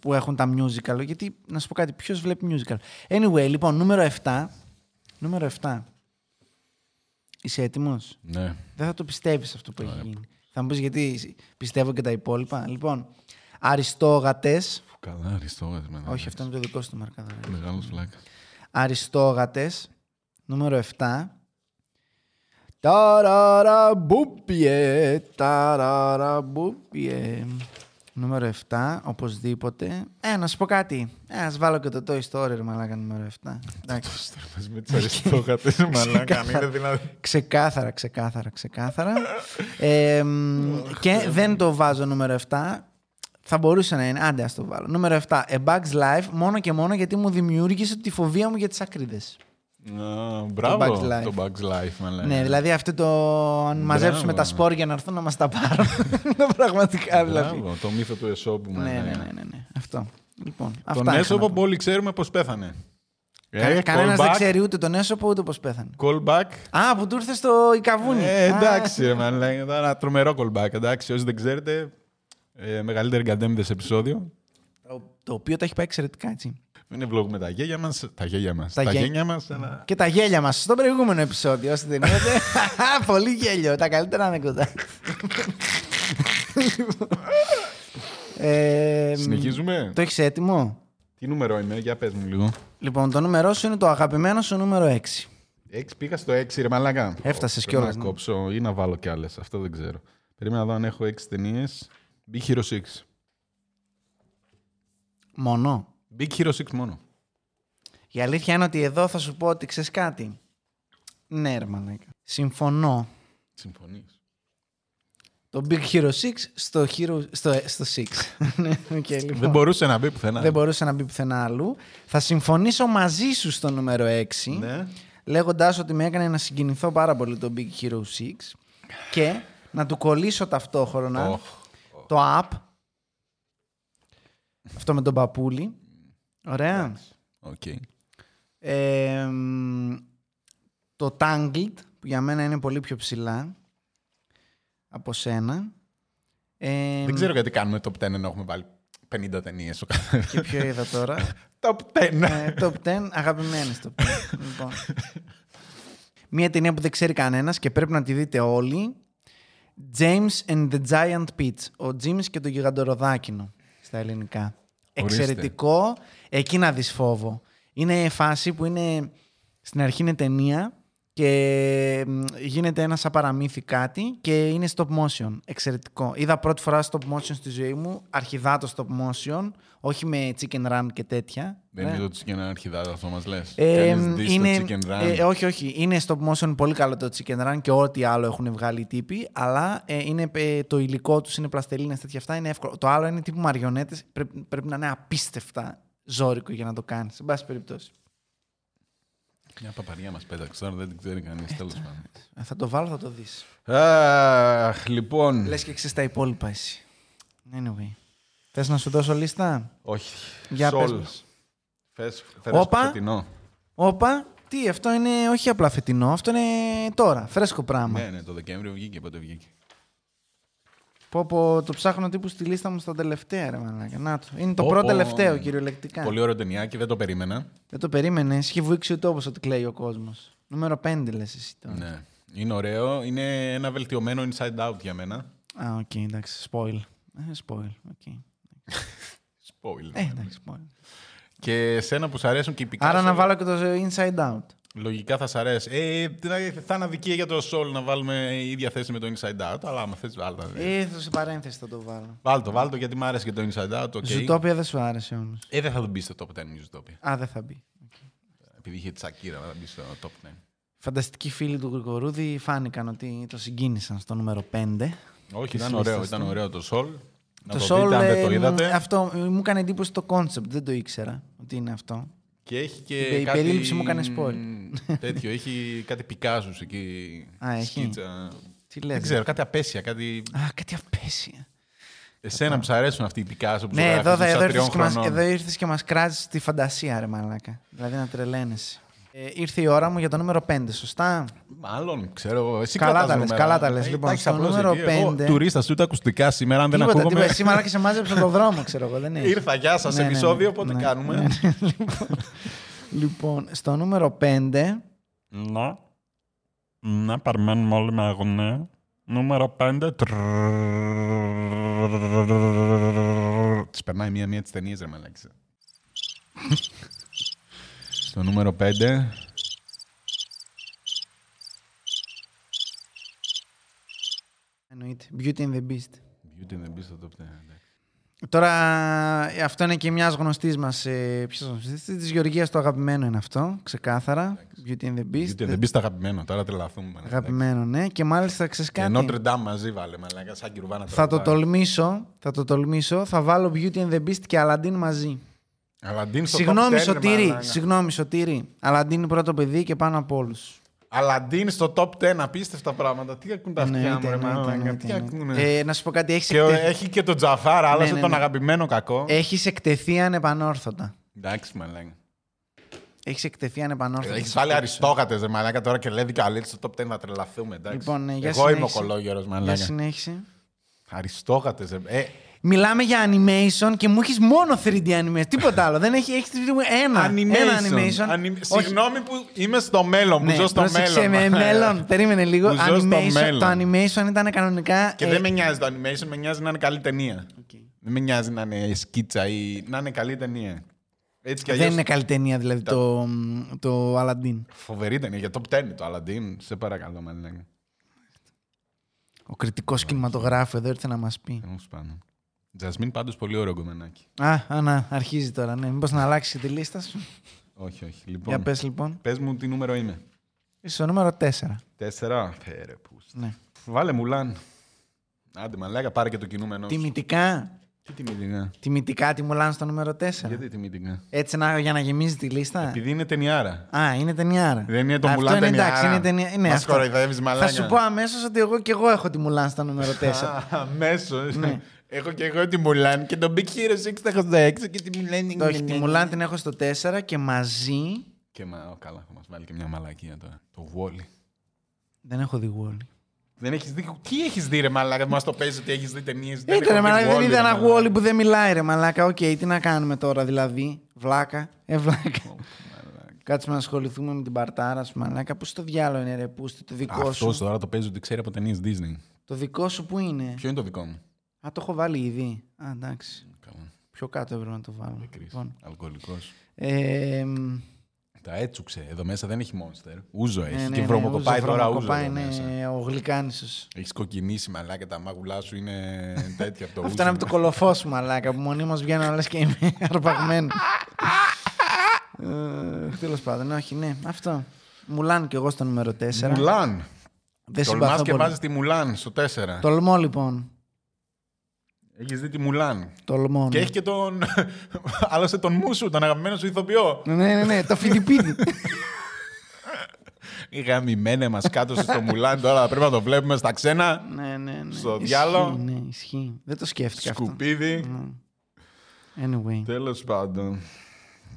που έχουν τα musical. Γιατί να σου πω κάτι, ποιος βλέπει musical. Anyway, λοιπόν, νούμερο 7. Νούμερο 7. Είσαι έτοιμος. Ναι. Δεν θα το πιστεύεις αυτό που έχει γίνει. Θα μου πεις γιατί πιστεύω και τα υπόλοιπα. Λοιπόν, Αριστόγατες. Που Καλά, αριστό. Όχι, αυτό είναι το δικό σου το μαρκαδόρο. Μεγάλος φλάκα. Αριστόγατες, νούμερο 7. Ταραραμπούπιε, ταραραμπούπιε. Νούμερο 7, οπωσδήποτε. Ε, να σου πω κάτι. Ε, ας βάλω και το Toy Story, ρε μαλάκα, νούμερο 7. Εντάξει. Στρέφες με τις αριστόγατες, μαλάκα, αν δηλαδή. είναι δυνατόν. Ξεκάθαρα, ξεκάθαρα, ξεκάθαρα. Ε, μ, και δεν το βάζω νούμερο 7. Θα μπορούσε να είναι. Άντε, ας το βάλω. Νούμερο 7. A Bug's Life, μόνο και μόνο γιατί μου δημιούργησε τη φοβία μου για τις ακρίδες. Α, Bugs Μπράβο, Life. το Bugs Life, με λένε. Ναι, δηλαδή αυτό το. Αν μαζέψουμε Μπράβο. τα σπόρια να έρθουν να μας τα πάρουν. Είναι πραγματικά δηλαδή. Μπράβο, το μύθο του Εσώπου. Ναι, με ναι, λένε. ναι, ναι, ναι. Αυτό. Λοιπόν, Τον αυτά είχα να Έσωπο πω. που όλοι ξέρουμε πώς πέθανε. Κα- Ε, Κανένας callback, δεν ξέρει ούτε τον Έσοπο ούτε πώς πέθανε. Callback. Α, που του ήρθε στο Ικαβούνι. Ε, Α, εντάξει, ρε, μαλάκα, ήταν ένα τρομερό callback. Εντάξει, όσοι δεν ξέρετε, ε, μεγαλύτερη γκαντέμιδε επεισόδιο. το- Το οποίο τα έχει πάει εξαιρετικά έτσι. Είναι vlog με τα γέλια μας. Τα γέλια μας. Τα Τα, γέ- γένια μας. Αλλά... Και τα γέλια μας στο προηγούμενο επεισόδιο, όσοι δεν είδατε. Α, Πολύ γέλιο. Τα καλύτερα ανέκδοτα. Λοιπόν. Ε, μ, Συνεχίζουμε. Το έχεις έτοιμο. Τι νούμερο είναι, για πες μου λίγο. Λοιπόν, το νούμερό σου είναι το αγαπημένο σου νούμερο 6. 6, πήγα στο 6, ρε μαλάκα. Έφτασες Πρέπει κιόλας, Να ναι. κόψω ή να βάλω κι άλλες. Αυτό δεν ξέρω. Περίμενα να δω αν έχω 6 ταινίε. Big Hero 6. Μόνο. Big Hero 6 μόνο. Η αλήθεια είναι ότι εδώ θα σου πω ότι ξέρεις κάτι. Ναι, ρε μαλάκα. Συμφωνώ. Συμφωνείς. Το Big Hero 6 στο, Hero... στο, στο 6. ναι, οκ, λοιπόν. Δεν μπορούσε να μπει πουθενά. Δεν μπορούσε να μπει πουθενά άλλου. Θα συμφωνήσω μαζί σου στο νούμερο 6, Ναι. λέγοντας ότι με έκανε να συγκινηθώ πάρα πολύ το Big Hero 6 και να του κολλήσω ταυτόχρονα Οχ. το app, αυτό με τον παπούλι. Ωραία. Οκ. Ε, μ, το Tangled, που για μένα είναι πολύ πιο ψηλά από σένα. Ε, Δεν ξέρω γιατί κάνουμε top 10 ενώ έχουμε βάλει 50 ταινίε. Και ποιο είδα τώρα. Top 10. ε, top 10, αγαπημένες top 10. λοιπόν. Μία ταινία που δεν ξέρει κανένας και πρέπει να τη δείτε όλοι. James and the Giant Peach. Ο James και το γιγαντοροδάκινο στα ελληνικά. Ορίστε. Εξαιρετικό. Εκεί να δεις φόβο. Είναι φάση που είναι... Στην αρχή είναι ταινία και μ, γίνεται ένα σαν παραμύθι κάτι και είναι stop motion. Εξαιρετικό. Είδα πρώτη φορά stop motion στη ζωή μου. Αρχιδά το stop motion. Όχι με chicken run και τέτοια. Δεν Ναι. είναι το chicken run αρχιδάδα αυτό μας λες. Ε, Κάνεις δεις είναι, το chicken run. ε, όχι, όχι. Είναι stop motion πολύ καλό το chicken run και ό,τι άλλο έχουν βγάλει οι τύποι. Αλλά ε, είναι, ε, το υλικό τους είναι πλαστελίνες, τέτοια αυτά είναι εύκολο. Το άλλο είναι τύπου μαριονέτες. Πρέπει, πρέπει να είναι απίστευτα ζώρικο για να το κάνεις. Εν πάση περιπτώσει. Μια παπαρία μας πέταξε τώρα, δεν την ξέρει κανείς τέλος πάντων. Ε, θα το βάλω, θα το δεις. Αχ, λοιπόν. Λες και ξέρεις τα υπόλοιπα εσύ. Anyway. Θες να σου δώσω λίστα. Όχι. Για πες Soul. μας. Φες, φέρες Όπα. το φετινό. Όπα, τι, αυτό είναι όχι απλά φετινό, αυτό είναι τώρα, φρέσκο πράγμα. Ναι, ναι, το Δεκέμβριο βγήκε, πότε βγήκε. Πω, πω, το ψάχνω τύπου στη λίστα μου στα τελευταία, ρε μαλάκα. Να το. Είναι το Πω, πρώτο πω. τελευταίο, κυριολεκτικά. Πολύ ωραίο ταινιάκι, δεν το περίμενα. Δεν το περίμενε. Είχε βουήξει ο τόπος ότι κλαίει ο κόσμος. Νούμερο 5 λες εσύ τώρα. Ναι. Είναι ωραίο, είναι ένα βελτιωμένο inside out για μένα. Α, οκ, εντάξει. Spoil. Ε, spoil. οκ. Spoiler. Ε, εντάξει, spoil. Και σένα που σου αρέσουν και οι Picasso. Άρα να βάλω και το Inside Out. Λογικά θα σ' αρέσει. Ε, θα είναι αδικία για το Soul να βάλουμε ίδια θέση με το Inside Out, αλλά άμα θες ε. βάλτε. Ήρθω σε παρένθεση Ε, θα το βάλω. Βάλτο, βάλτο, γιατί μου άρεσε και το Inside Out. Okay. Ζουτόπια δεν σου άρεσε όμως. Ε, δεν θα τον μπει στο top 10 η Zootopia. Α, δεν θα μπει. Επειδή είχε τσακίρα, θα μπει στο top 10. Φανταστικοί φίλοι του Γρηγορούδη φάνηκαν ότι το συγκίνησαν στο νούμερο 5. Όχι, Της ήταν ωραίο, λίστας ήταν του. ωραίο το Soul. Να το, Soul, δείτε αν δεν ε, το μ, είδατε. Αυτό ε, μου έκανε εντύπωση το concept, δεν το ήξερα ότι είναι αυτό. Και έχει και Η- η κάτι... περίληψη μου έκανε spoil. Τέτοιο, έχει κάτι πικάζους εκεί. Α, έχει. Σκίτσα. Τι Δεν λέτε. ξέρω, κάτι απέσια, κάτι... Α, κάτι απέσια. Εσένα που σ' αρέσουν αυτοί οι πικάζο που Ναι, εδώ, ζωγράφησες θα, εδώ, σαν ήρθες τριών και μας, χρονών. εδώ ήρθες και μας κράτησες τη φαντασία, ρε μαλάκα. Δηλαδή να τρελαίνεσαι. Ε, ήρθε η ώρα μου για το νούμερο 5, σωστά. Μάλλον, ξέρω εγώ. Εσύ Καλά κρατάς τα λες, νούμερα. καλά τα λες. Ε, Λοιπόν, εντάξει, στο θα πλώσω νούμερο εκεί. Εγώ, πέντε. Τουρίστας, ούτε ακουστικά σήμερα, αν δεν τίποτα, τίποτα. ακούγομαι. Εσύ μαλάκα σε μάζεψε από τον δρόμο, ξέρω εγώ, δεν είναι. Ήρθα, γεια σας, Ναι, ναι, ναι. επεισόδιο, οπότε Ναι, ναι, κάνουμε. ναι. Λοιπόν, Λοιπόν, στο νούμερο 5 Ναι. Ναι, παρμένουμε όλοι με αγωνία. Νούμερο 5. Τη περνάει μία-μία τι ταινίε, ρε μαλάκα. Στο νούμερο 5. εννοείται Beauty and the Beast. Beauty and the Beast το top 10. εντάξει. Τώρα, ε, αυτό είναι και μιας γνωστής μας. Ε, Της Γεωργίας το αγαπημένο είναι αυτό, ξεκάθαρα. Beauty and the Beast. Beauty and the Beast αγαπημένο, τώρα τρελαθούμε. μαλάκα. Αγαπημένο, ναι. Και μάλιστα ξέρεις Και κάτι. Notre Dame μαζί βάλε, μαλάκα, σαν κυρβάνα Θα το τολμήσω, θα το τολμήσω. Θα βάλω Beauty and the Beast και Aladdin μαζί. Αλαντίν στο top 10, Συγγνώμη, ρε Σωτήρη. μαλάκα. Συγγνώμη, Σωτήρη. Aladdin είναι πρώτο παιδί και πάνω από όλους. Αλαντίν στο top 10, απίστευτα πράγματα. Τι ακούν Ναι, τα αυτιά μου, ρε μαλάκα, τι ακούνε. Να σου πω κάτι, έχεις Και ο- έχει και τον Τζαφάρ, άλλασε Ε, ναι, τον ναι. αγαπημένο κακό. Έχεις εκτεθεί ανεπανόρθωτα. Εντάξει, μαλάκα. Έχεις εκτεθεί ανεπανόρθωτα. Έχεις βάλει ναι. αριστόκατε, ρε μαλάκα. Τώρα και λέει δικαλή στο top 10 να τρελαθούμε. Εντάξει. Λοιπόν, ναι, για Εγώ είμαι ο συνέχισε. κολόγερος, Για μαλάκα. συνέχιση. Αριστόκατε. Ε, Μιλάμε για animation και μου έχεις μόνο 3D animation. Τίποτα άλλο. Δεν έχει έχεις ένα, ένα animation. Ανι- Όχι. Συγγνώμη που είμαι στο μέλλον, που Ναι, ζω στο πρόσεξε μέλλον. με, μέλλον. Περίμενε λίγο. Που ζω στο Animation, μέλλον. Το animation ήταν κανονικά. Και ε, δεν με νοιάζει το animation, με νοιάζει να είναι καλή ταινία. οκ. Δεν με νοιάζει να είναι σκίτσα ή να είναι καλή ταινία. Έτσι κι Δεν αλλιώς. είναι καλή ταινία δηλαδή το, το Aladdin. Φοβερή ταινία για top 10 το Aladdin. Σε παρακαλώ, μαλάκα. Ο κριτικός κινηματογράφο εδώ ήρθε να μας πει. Δεν μου σπάνω. Τζασμίν πάντως πολύ ωραίο κομμενάκι. Α, α, να, αρχίζει τώρα. Ναι. Μήπως να αλλάξει τη λίστα σου. Λοιπόν. Όχι, όχι. Για Λοιπόν, πες λοιπόν. πες μου τι νούμερο είμαι. Είσαι στο νούμερο 4. Τέσσερα. Φέρε, πούστη. Ναι. Βάλε μουλάν. Άντε μαλάκα, πάρε και το κινούμενο. σου. Τιμητικά. Τι τιμητικά. Τιμητικά τη Μουλάν στο νούμερο 4. Γιατί τιμητικά. Έτσι να, για να γεμίζει τη λίστα. Επειδή είναι ταινιάρα. Α, είναι ταινιάρα. Δεν είναι το Ναι. Αυτό μουλάν είναι ταινιάρα. εντάξει, είναι ταινία. Είναι Μας αυτό. κοροϊδεύεις μαλάκα. Θα σου πω αμέσως ότι εγώ και εγώ έχω τη Μουλάν στο νούμερο 4. Α, Αμέσως. Ναι. Έχω και εγώ τη Μουλάν και τον Big Hero 686 και τη Μουλάν. Το όχι, τη Μουλάν την έχω στο 4 και μαζί. Και μα, ω, καλά, θα μας βάλει και μια μαλακία τώρα. Το Wally. Δεν έχω δει Wall. Δεν έχεις δει. Τι έχεις δει, ρε Μαλάκα, μας το παίζει ότι έχεις δει ταινίες. Δεν Ήταν, έχω ρε δει Ε, μαλάκα, δεν Wall-E, είδα ρε, ένα μαλάκα. Wall που δεν μιλάει, ρε μαλάκα. Οκ, τι να κάνουμε τώρα, δηλαδή. Βλάκα. Ε, βλάκα. Κάτσουμε να ασχοληθούμε με την παρτάρα σου, μαλάκα. Πού στο διάλογο είναι, ρε, πούστη, το δικό Αυτός σου. τώρα το παίζει ότι ξέρει από ταινίες Disney. Το δικό σου που είναι. Ποιο είναι το δικό μου. Α, το έχω βάλει ήδη. Α, εντάξει. Καλά. Πιο κάτω έπρεπε να το βάλω. Κρίς, Λοιπόν. Αλκοολικός. Ε, μ, Τα έτσουξε. Εδώ μέσα δεν έχει μόνστερ. Ούζο έχει. ναι, ναι, και ναι, βρωμοκοπάει ούζο, τώρα ούζο. βρωμοκοπάει, εδώ μέσα. ναι, ο γλυκάνισος. Έχεις κοκκινήσει μαλάκα τα μάγουλά σου είναι τέτοια από το ούζο. Αυτό είναι από το κολοφός σου, μαλάκα, που μονίμως βγαίνω όλες και είμαι αρπαγμένο. Τέλο Ε, πάντων, όχι, ναι, αυτό. Μουλάν και εγώ στο νούμερο 4. Μουλάν. ε. Δεν Τολμά συμπαθώ και πολύ. βάζεις τη Μουλάν στο 4. Τολμώ λοιπόν. Έχεις δει τη Μουλάν. Τολμώ. ναι. Και έχει και τον. Άλλωσε τον Μούσου, τον αγαπημένο σου ηθοποιό. Ναι, ναι, ναι, το Φιλιππίδι. Η γαμημένη μας κάτω στο Μουλάν τώρα πρέπει να το βλέπουμε στα ξένα. ναι, ναι, ναι. Στο Ισχύει, διάλο. Ναι, ισχύει. Δεν το σκέφτηκα αυτό. Σκουπίδι. Ναι. Anyway. Τέλος πάντων.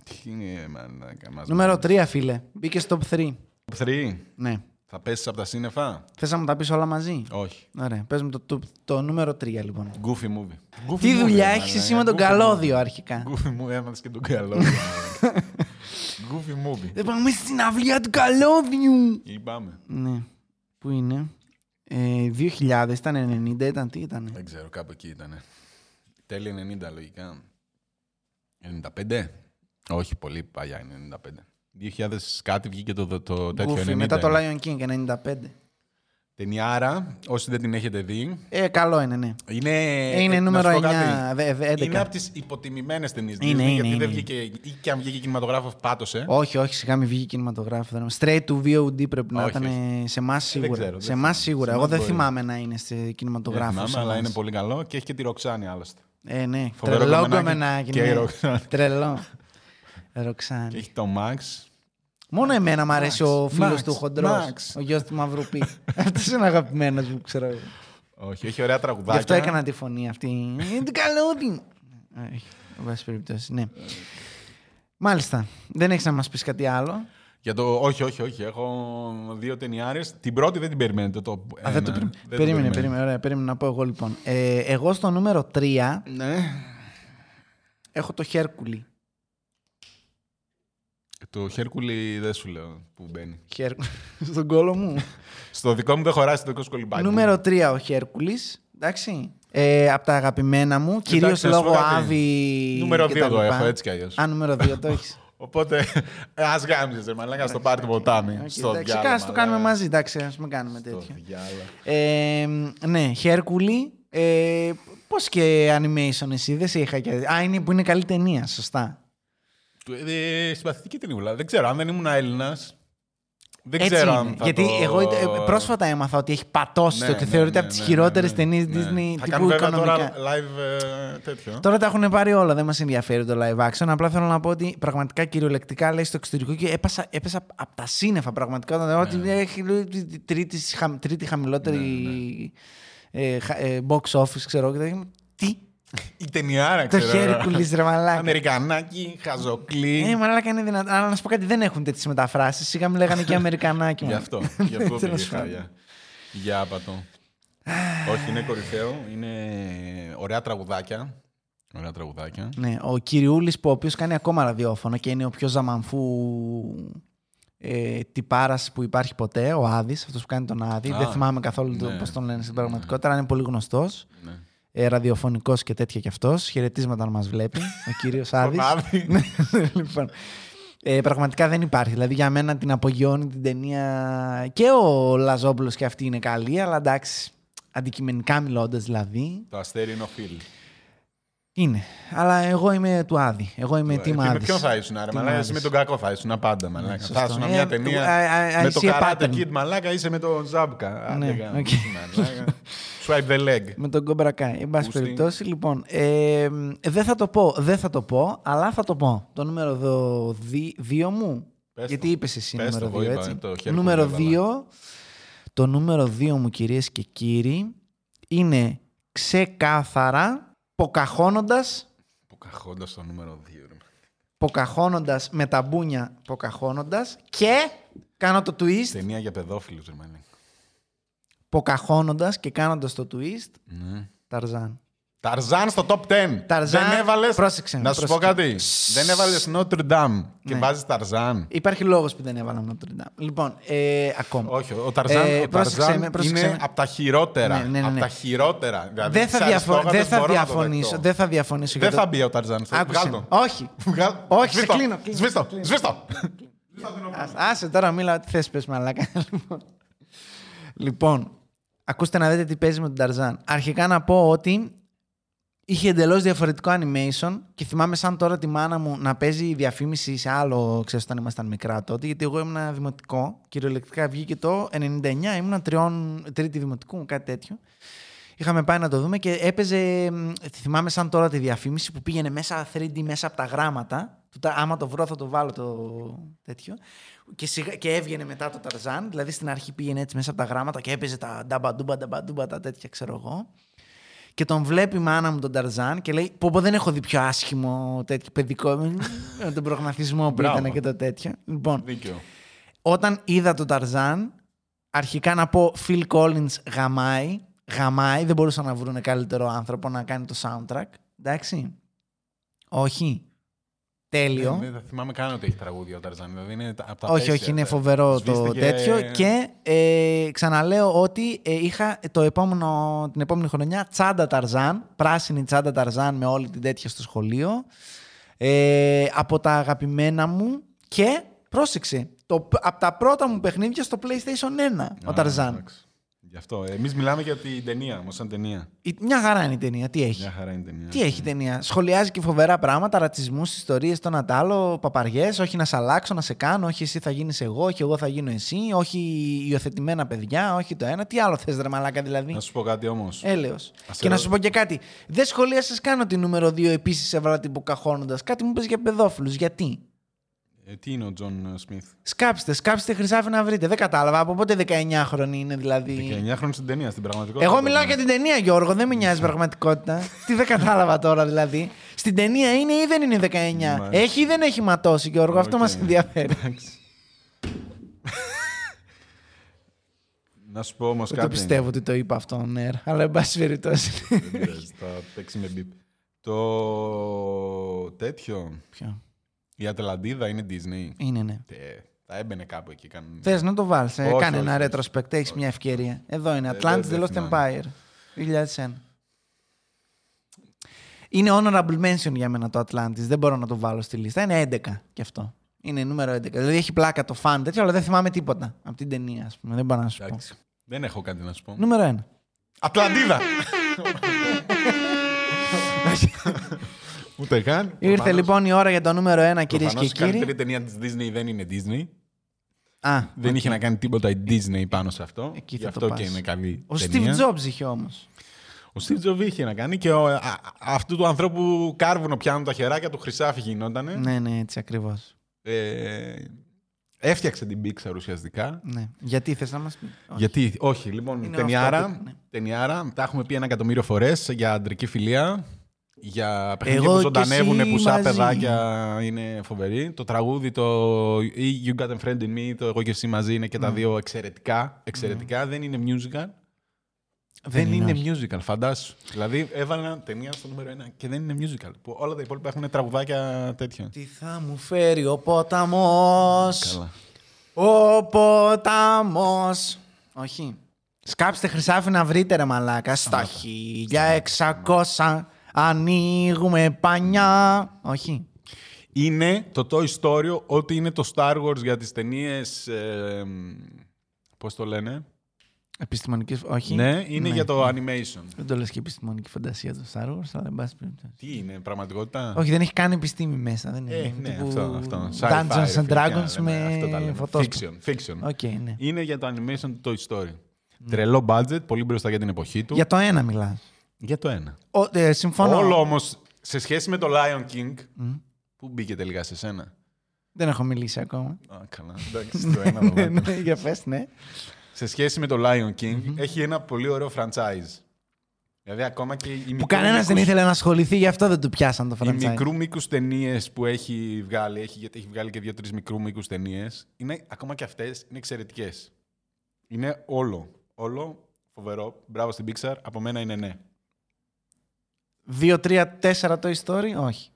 Τι είναι, μαλάκα μας. Νούμερο 3, φίλε. Μπήκε στο top 3. Top 3. Ναι. Θα πέσεις από τα σύννεφα. Θες να μου τα πεις όλα μαζί. Όχι. Ωραία. Πες μου το, το, το νούμερο 3, λοιπόν. Goofy movie. Τι δουλειά έχει εσύ με τον καλώδιο, αρχικά. Goofy movie έμαθες και τον καλό. Goofy movie. Δεν πάμε στην αυλία του καλώδιου. Λυπάμαι. Ναι. Πού είναι. Ε, 2000, ήταν 90, ήταν τι ήταν. Δεν ξέρω, κάπου εκεί ήταν. Τέλη 90 λογικά. 95. Όχι, πολύ παλιά είναι 95. 2000 κάτι βγήκε το, το, το τέτοιο Goofy, 90. μετά το Lion King 95. Ταινιάρα, όσοι δεν την έχετε δει, Ε, καλό είναι, ναι. είναι... Είναι Ε, να νούμερο σου πω 9, κάτι. δε- δε- 11. Είναι από τις υποτιμημένες ταινίες. Είναι, Disney, είναι, γιατί είναι, δεν είναι. βγήκε, ή και αν βγήκε κινηματογράφος πάτωσε. Όχι, όχι, σιγά μην βγει κινηματογράφος. δεν- Straight to VOD πρέπει να Όχι, ήταν ε, σε εμάς σίγουρα. ξέρω, δεν σε εμάς θυμάμαι. σίγουρα. Σε Εγώ εμάς δεν μπορεί. θυμάμαι να είναι σε Δεν κινηματογράφο. θυμάμαι, σε αλλά εμάς. είναι πολύ καλό και έχει και τη Ροξάνη άλλωστε. Ε, ναι, Φοβερό τρελό κομμενάκι. κομμενάκι. Και ναι. η Ροξάνη. Τρελό. Και Ροξάνη. έχει το Max. Μόνο εμένα μου αρέσει ο Max, φίλος του Max, χοντρό. Max. Ο γιος του Μαυροπή. Αυτός είναι αγαπημένος μου, ξέρω εγώ. Όχι, έχει ωραία τραγουδάκια. Γι' αυτό έκανα τη φωνή αυτή. Είναι το καλούδι. Ε, όχι, Εν πάση περιπτώσει, ναι. Μάλιστα. Δεν έχεις να μας πεις κάτι άλλο. Για το... Όχι, όχι, όχι. Έχω δύο ταινιάρες. Την πρώτη δεν την περιμένετε. Το... Α, δεν το ένα. περίμενε. Περίμενε, Ε, ναι. Δεν την περιμένετε. περίμενε, ωραία, περίμενε να πω εγώ λοιπόν. Ε, εγώ στο νούμερο 3 Ναι. έχω το Χέρκουλι. Το Χέρκουλι δεν σου λέω που μπαίνει. Χέρ... Στον κόλο μου. Στο δικό μου δεν χωράει στο δικό σου κολυμπάκι. νούμερο 3 ο Χέρκουλης. Εντάξει. Ε, από τα αγαπημένα μου, κυρίως να σου λόγω πω κάτι. Άβη. Νούμερο και 2 τα το λοιπά. έχω, έτσι κι αλλιώς. Α, νούμερο 2 το έχεις. Οπότε, ας γάμιζες, ρε μαλάκα, στο πάρτι ποτάμι. Στο Εντάξει, διάλογο. κάτσε το κάνουμε μαζί. Εντάξει, ας μην κάνουμε τέτοια. διάλογο. Ε, ναι, Χέρκουλη. Ε, Πώς και animation εσύ, δεν σε είχα και. Α, είναι που είναι καλή ταινία, σωστά. ε, Συμπαθητική την Ιβουλά. Δεν ξέρω, αν δεν ήμουν Έλληνας. Δεν Έτσι ξέρω είναι. αν θα Γιατί το- εγώ ε, πρόσφατα έμαθα ότι έχει πατώσει Ναι, το και ναι, θεωρείται ναι, από τις ναι, χειρότερες ναι, ταινίες ναι. Disney Θα τύπου κάνουμε βέβαια οικονομικά. τώρα live ε, τέτοιο. Τώρα τα έχουν πάρει όλα, δεν μας ενδιαφέρει το live action. Απλά θέλω να πω ότι πραγματικά κυριολεκτικά λέει στο εξωτερικό και έπασα, έπεσα από τα σύννεφα πραγματικά. Όταν ναι. ότι έχει λέει, τη- τη τρίτη, χα- τρίτη χαμηλότερη Ναι, ε, χα- ε, box office, ξέρω. εγώ, Και, τα λέμε, τι, Η ταινιάρα, το Ε, ξέρω. Χέρκουλη ρε μαλάκα. Αμερικανάκι, χαζοκλή. Ε, μαλάκα είναι δυνατό. Αλλά να σου πω κάτι, δεν έχουν τέτοιες μεταφράσεις. Σιγά μου λέγανε και Αμερικανάκι. Γι' μαλάκα. αυτό. Γι' αυτό Τέλος πάντων. πήγε χάλια. Για άπατο. Όχι, είναι κορυφαίο. Είναι ωραία τραγουδάκια. Ωραία τραγουδάκια. Ναι, ο Κυριούλης που ο οποίος κάνει ακόμα ραδιόφωνο και είναι ο πιο ζαμανφού ε, τυπάρας που υπάρχει ποτέ, ο Άδης, αυτός που κάνει τον Άδη. Α, Δεν θυμάμαι καθόλου το, ναι. πώς τον λένε στην πραγματικότητα, αλλά είναι πολύ γνωστός. Ναι. Ε, ραδιοφωνικός και τέτοια κι αυτός. Χαιρετίσματα να μας βλέπει, ο κύριος Άδης. Άδη. Ναι, λοιπόν. Ε, πραγματικά δεν υπάρχει. Δηλαδή για μένα την απογειώνει την ταινία και ο Λαζόπουλος και αυτή είναι καλή, αλλά εντάξει, αντικειμενικά μιλώντας δηλαδή, Το αστέρι είναι ο Φιλ. είναι. Αλλά εγώ είμαι του Άδη. Εγώ είμαι Ε, Και team με Άδης. ποιον θα ήσουν, ρε Team Μαλάκα. Άδης. Εσύ με τον κακό θα ήσουν πάντα, Μαλάκα. σωστό. Ναι, Θα ήσουν Ε, μια I- I- I ταινία με το see a καράτε pattern. kid, Μαλάκα, είσαι με τον Ζάμπκα. Άντε, Ναι, γάμο, οκ. μαλάκα. Swipe the leg. Με τον Κομπρακάι. Εν πάση Πούστη. περιπτώσει, λοιπόν. Ε, μ, δεν θα το πω, δεν θα το πω, αλλά θα το πω. Το νούμερο 2 μου. Πες το. γιατί είπες εσύ Πες το, νούμερο 2, εγώ είπα, έτσι. το χέρι νούμερο που 2. Το νούμερο 2 μου, κυρίες και κύριοι, είναι ξεκάθαρα ποκαχώνοντας Που καχώντα το νούμερο 2. ποκαχώνοντας με τα μπούνια ποκαχώνοντας και κάνω το twist Ταινία για παιδόφιλους, ρε Μαλάκα. ποκαχώνοντας και κάνοντας το twist Ναι. Ταρζάν. Ταρζάν στο top 10. Ταρζάν, Δεν έβαλες... πρόσεξε με, Να σου πω πρόσεξε. κάτι. Δεν έβαλες Notre Dame και Ναι. βάζεις Ταρζάν. Υπάρχει λόγος που δεν έβαλα Notre Dame. Λοιπόν, ε, ακόμα. Όχι, ο Ταρζάν, Ε, ο πρόσεξε Ταρζάν με, πρόσεξε είναι με. από τα χειρότερα. Ναι, ναι, ναι, Απ' ναι. τα χειρότερα. Δηλαδή, δεν, θα τις διαφο- αριστόγατες δεν θα μπορώ να το διαφωνήσω. δεχτώ. Δεν θα διαφωνήσω. Δεν για το- θα μπει ο Ταρζάν. στο- Άκουσε. Βγάλ' με. το. Όχι. Βγάλ... Όχι, σε σβήστο. κλείνω, κλείνω, Σβήστο. Σβήστο. Ας- Άσε τώρα, μίλα ό,τι θες πες μαλάκα. Λοιπόν. λοιπόν, ακούστε να δείτε τι παίζει με τον Ταρζάν. Αρχικά να πω ότι είχε εντελώς διαφορετικό animation και θυμάμαι σαν τώρα τη μάνα μου να παίζει διαφήμιση σε άλλο, ξέρεις, όταν ήμασταν μικρά τότε, γιατί εγώ ήμουν δημοτικό, κυριολεκτικά βγήκε το 99, ήμουν τριών, τρίτη δημοτικού, κάτι τέτοιο. Είχαμε πάει να το δούμε και έπαιζε. μ, Θυμάμαι σαν τώρα τη διαφήμιση που πήγαινε μέσα 3D μέσα από τα γράμματα. Του τα- Άμα το βρω, θα το βάλω το τέτοιο. Και, σιγά- και έβγαινε μετά το Ταρζάν. Δηλαδή στην αρχή πήγαινε έτσι μέσα από τα γράμματα και έπαιζε τα νταμπαντούμπα, νταμπαντούμπα, τα τέτοια ξέρω εγώ. Και τον βλέπει η μάνα μου τον Ταρζάν και λέει: Πω, πω δεν έχω δει πιο άσχημο τέτοιο παιδικό. με τον προγναθισμό που Μπράβο. ήταν και το τέτοιο. Λοιπόν, Δίκιο. όταν είδα τον Ταρζάν, αρχικά να πω Phil Collins γαμάει, γαμάει, δεν μπορούσαν να βρουν καλύτερο άνθρωπο να κάνει το soundtrack, εντάξει. Όχι. Τέλειο. Ε, Δεν δεν θυμάμαι καν ότι έχει τραγούδι ο Ταρζάν. Δηλαδή είναι τα- από τα όχι, τέσσερα. ε. όχι, είναι φοβερό το Σβήστηκε- τέτοιο. Και ε, ξαναλέω ότι ε, είχα το επόμενο, την επόμενη χρονιά τσάντα Ταρζάν, πράσινη τσάντα Ταρζάν με όλη την τέτοια στο σχολείο. Ε, από τα αγαπημένα μου και Πρόσεξε. Το, από τα πρώτα μου παιχνίδια στο PlayStation 1 ο Α, Ταρζάν. εντάξει. Γι' αυτό. Εμείς μιλάμε για την ταινία, όμω σαν ταινία. Η- Μια χαρά είναι η ταινία. Τι έχει. Μια χαρά είναι η ταινία. Ναι. Τι έχει η ταινία. Σχολιάζει και φοβερά πράγματα, ρατσισμούς, ιστορίες, το να τ' άλλο, παπαριές. Όχι να σε αλλάξω, να σε κάνω. Όχι εσύ θα γίνεις εγώ, όχι εγώ θα γίνω εσύ. Όχι υιοθετημένα παιδιά, όχι το ένα. Τι άλλο θες, ρε Μαλάκα δηλαδή. Να σου πω κάτι όμως. Έλεος. Ας Και να ερω- σου πω και κάτι. Δεν σχολίασες καν ότι νούμερο 2 επίση έβαλα την Ποκαχώνοντα. Κάτι μου είπε για παιδόφιλους. Γιατί. Ε, τι είναι ο Τζον Σμιθ. Σκάψτε, σκάψτε χρυσάφι να βρείτε. Δεν κατάλαβα. Από πότε 19χρονοι είναι δηλαδή. 19 χρόνια στην ταινία, στην πραγματικότητα. Εγώ μιλάω για την ταινία, Γιώργο. Δεν με νοιάζει πραγματικότητα. Τι δεν κατάλαβα τώρα δηλαδή. Στην ταινία είναι ή δεν είναι 19. Μάλιστα. Έχει ή δεν έχει ματώσει, Γιώργο. Αυτό Οκ. μας ενδιαφέρει. Εντάξει. Να σου πω όμως κάτι. Δεν το πιστεύω ότι το είπα αυτό, ναι. Αλλά εν πάση περιπτώσει. Δεν πειράζει, Θα παίξει με μπιπ. Το τέτοιο. Ποιο. Η Ατλαντίδα είναι Disney. Είναι, ναι. Τε, θα έμπαινε κάπου εκεί κανονικά. Θες να το βάλεις. Όχι, Κάνε όχι, ένα όχι. retrospect. Έχεις μια ευκαιρία. Εδώ είναι. Ε, Atlantis δεν The Lost θυμάμαι. Empire. 2001. Είναι honorable mention για μένα το Atlantis. Δεν μπορώ να το βάλω στη λίστα. Είναι 11 κι αυτό. Είναι νούμερο 11. Δηλαδή έχει πλάκα το fan τέτοιο, αλλά δεν θυμάμαι τίποτα από την ταινία, ας πούμε. Δεν μπορώ να σου πω. Εντάξει. Δεν έχω κάτι να σου πω. Νούμερο 1. Ατλαντίδα! Ούτε καν. Ήρθε Προφανώς- λοιπόν η ώρα για το νούμερο 1, κυρίες και προφανώς Η κύριοι. καλύτερη ταινία της Disney δεν είναι Disney. Α, Δεν είχε να κάνει τίποτα η Disney πάνω σε αυτό. Εκεί Γι' θα το αυτό και πας. είναι καλή. ο ταινία. Steve Jobs είχε όμως. Ο Steve Jobs είχε να κάνει και ο, α, α, αυτού του ανθρώπου κάρβουνο πιάνουν τα χεράκια του χρυσάφι γινότανε. Ναι, ναι, έτσι ακριβώς. Ε, έφτιαξε την Pixar ουσιαστικά. Ναι. Γιατί θες να μας πεις. Όχι. Γιατί, όχι, λοιπόν, Είναι ταινιάρα, αυτό, ναι. ταινιάρα, τα έχουμε πει ένα εκατομμύριο φορές για αντρική φιλία. Για παιχνίδια Εγώ που και ζωντανεύουν, εσύ που σαν μαζί. παιδάκια είναι φοβερή. Το τραγούδι, το ή You Got a Friend in Me, το Εγώ και εσύ μαζί είναι και Ναι. τα δύο εξαιρετικά. εξαιρετικά. Δεν είναι musical. Δεν, είναι, όχι. musical, φαντάσου. Δηλαδή έβαλα ταινία στο νούμερο 1 και δεν είναι musical. Που όλα τα υπόλοιπα έχουν τραγουδάκια τέτοια. Τι θα μου φέρει ο ποταμός, Καλά. ο ποταμός. Όχι. Σκάψτε χρυσάφι να βρείτε ρε μαλάκα. Στα 1600 ανοίγουμε πανιά. Όχι. Είναι το Toy Story ό,τι είναι το Star Wars για τις ταινίες. Ε, Πώς το λένε. Επιστημονική. Όχι. Ναι, είναι για το animation. Δεν το λες και επιστημονική φαντασία του Star Wars, αλλά εν πάση περιπτώσει. Τι είναι, πραγματικότητα. Όχι, δεν έχει καν επιστήμη μέσα. Δεν είναι. Ναι. Ε, Είναι ναι, τύπου αυτό, αυτό. Sci-fi, Dungeons and φίλε, Dragons λέμε, αυτό με τα λέμε. φωτόσπο. Fiction. fiction. Οκ, ναι. Είναι για το animation του Toy Story. Τρελό budget, πολύ μπροστά για την εποχή του. Για το ένα μιλάς. για το ένα. Συμφωνώ. Όλο όμως σε σχέση με το Lion King. Πού μπήκε τελικά σε σένα. Δεν έχω μιλήσει ακόμα. Α, καλά. Εντάξει, το ένα το Ναι, βάλω. ναι, για πες, ναι. Σε σχέση με το Lion King, έχει ένα πολύ ωραίο franchise. Δηλαδή, ακόμα και οι Που κανένα δεν ήθελε να ασχοληθεί, γι' αυτό δεν του πιάσαν το Οι franchise. μικρού μήκους ταινίες που έχει βγάλει, έχει, γιατί έχει βγάλει και δύο-τρει μικρού μήκους ταινίες, είναι ακόμα και αυτές είναι εξαιρετικές. Είναι όλο. Όλο φοβερό. Μπράβο στην Pixar. Από μένα είναι ναι. 2, 3, 4 Toy Story, όχι.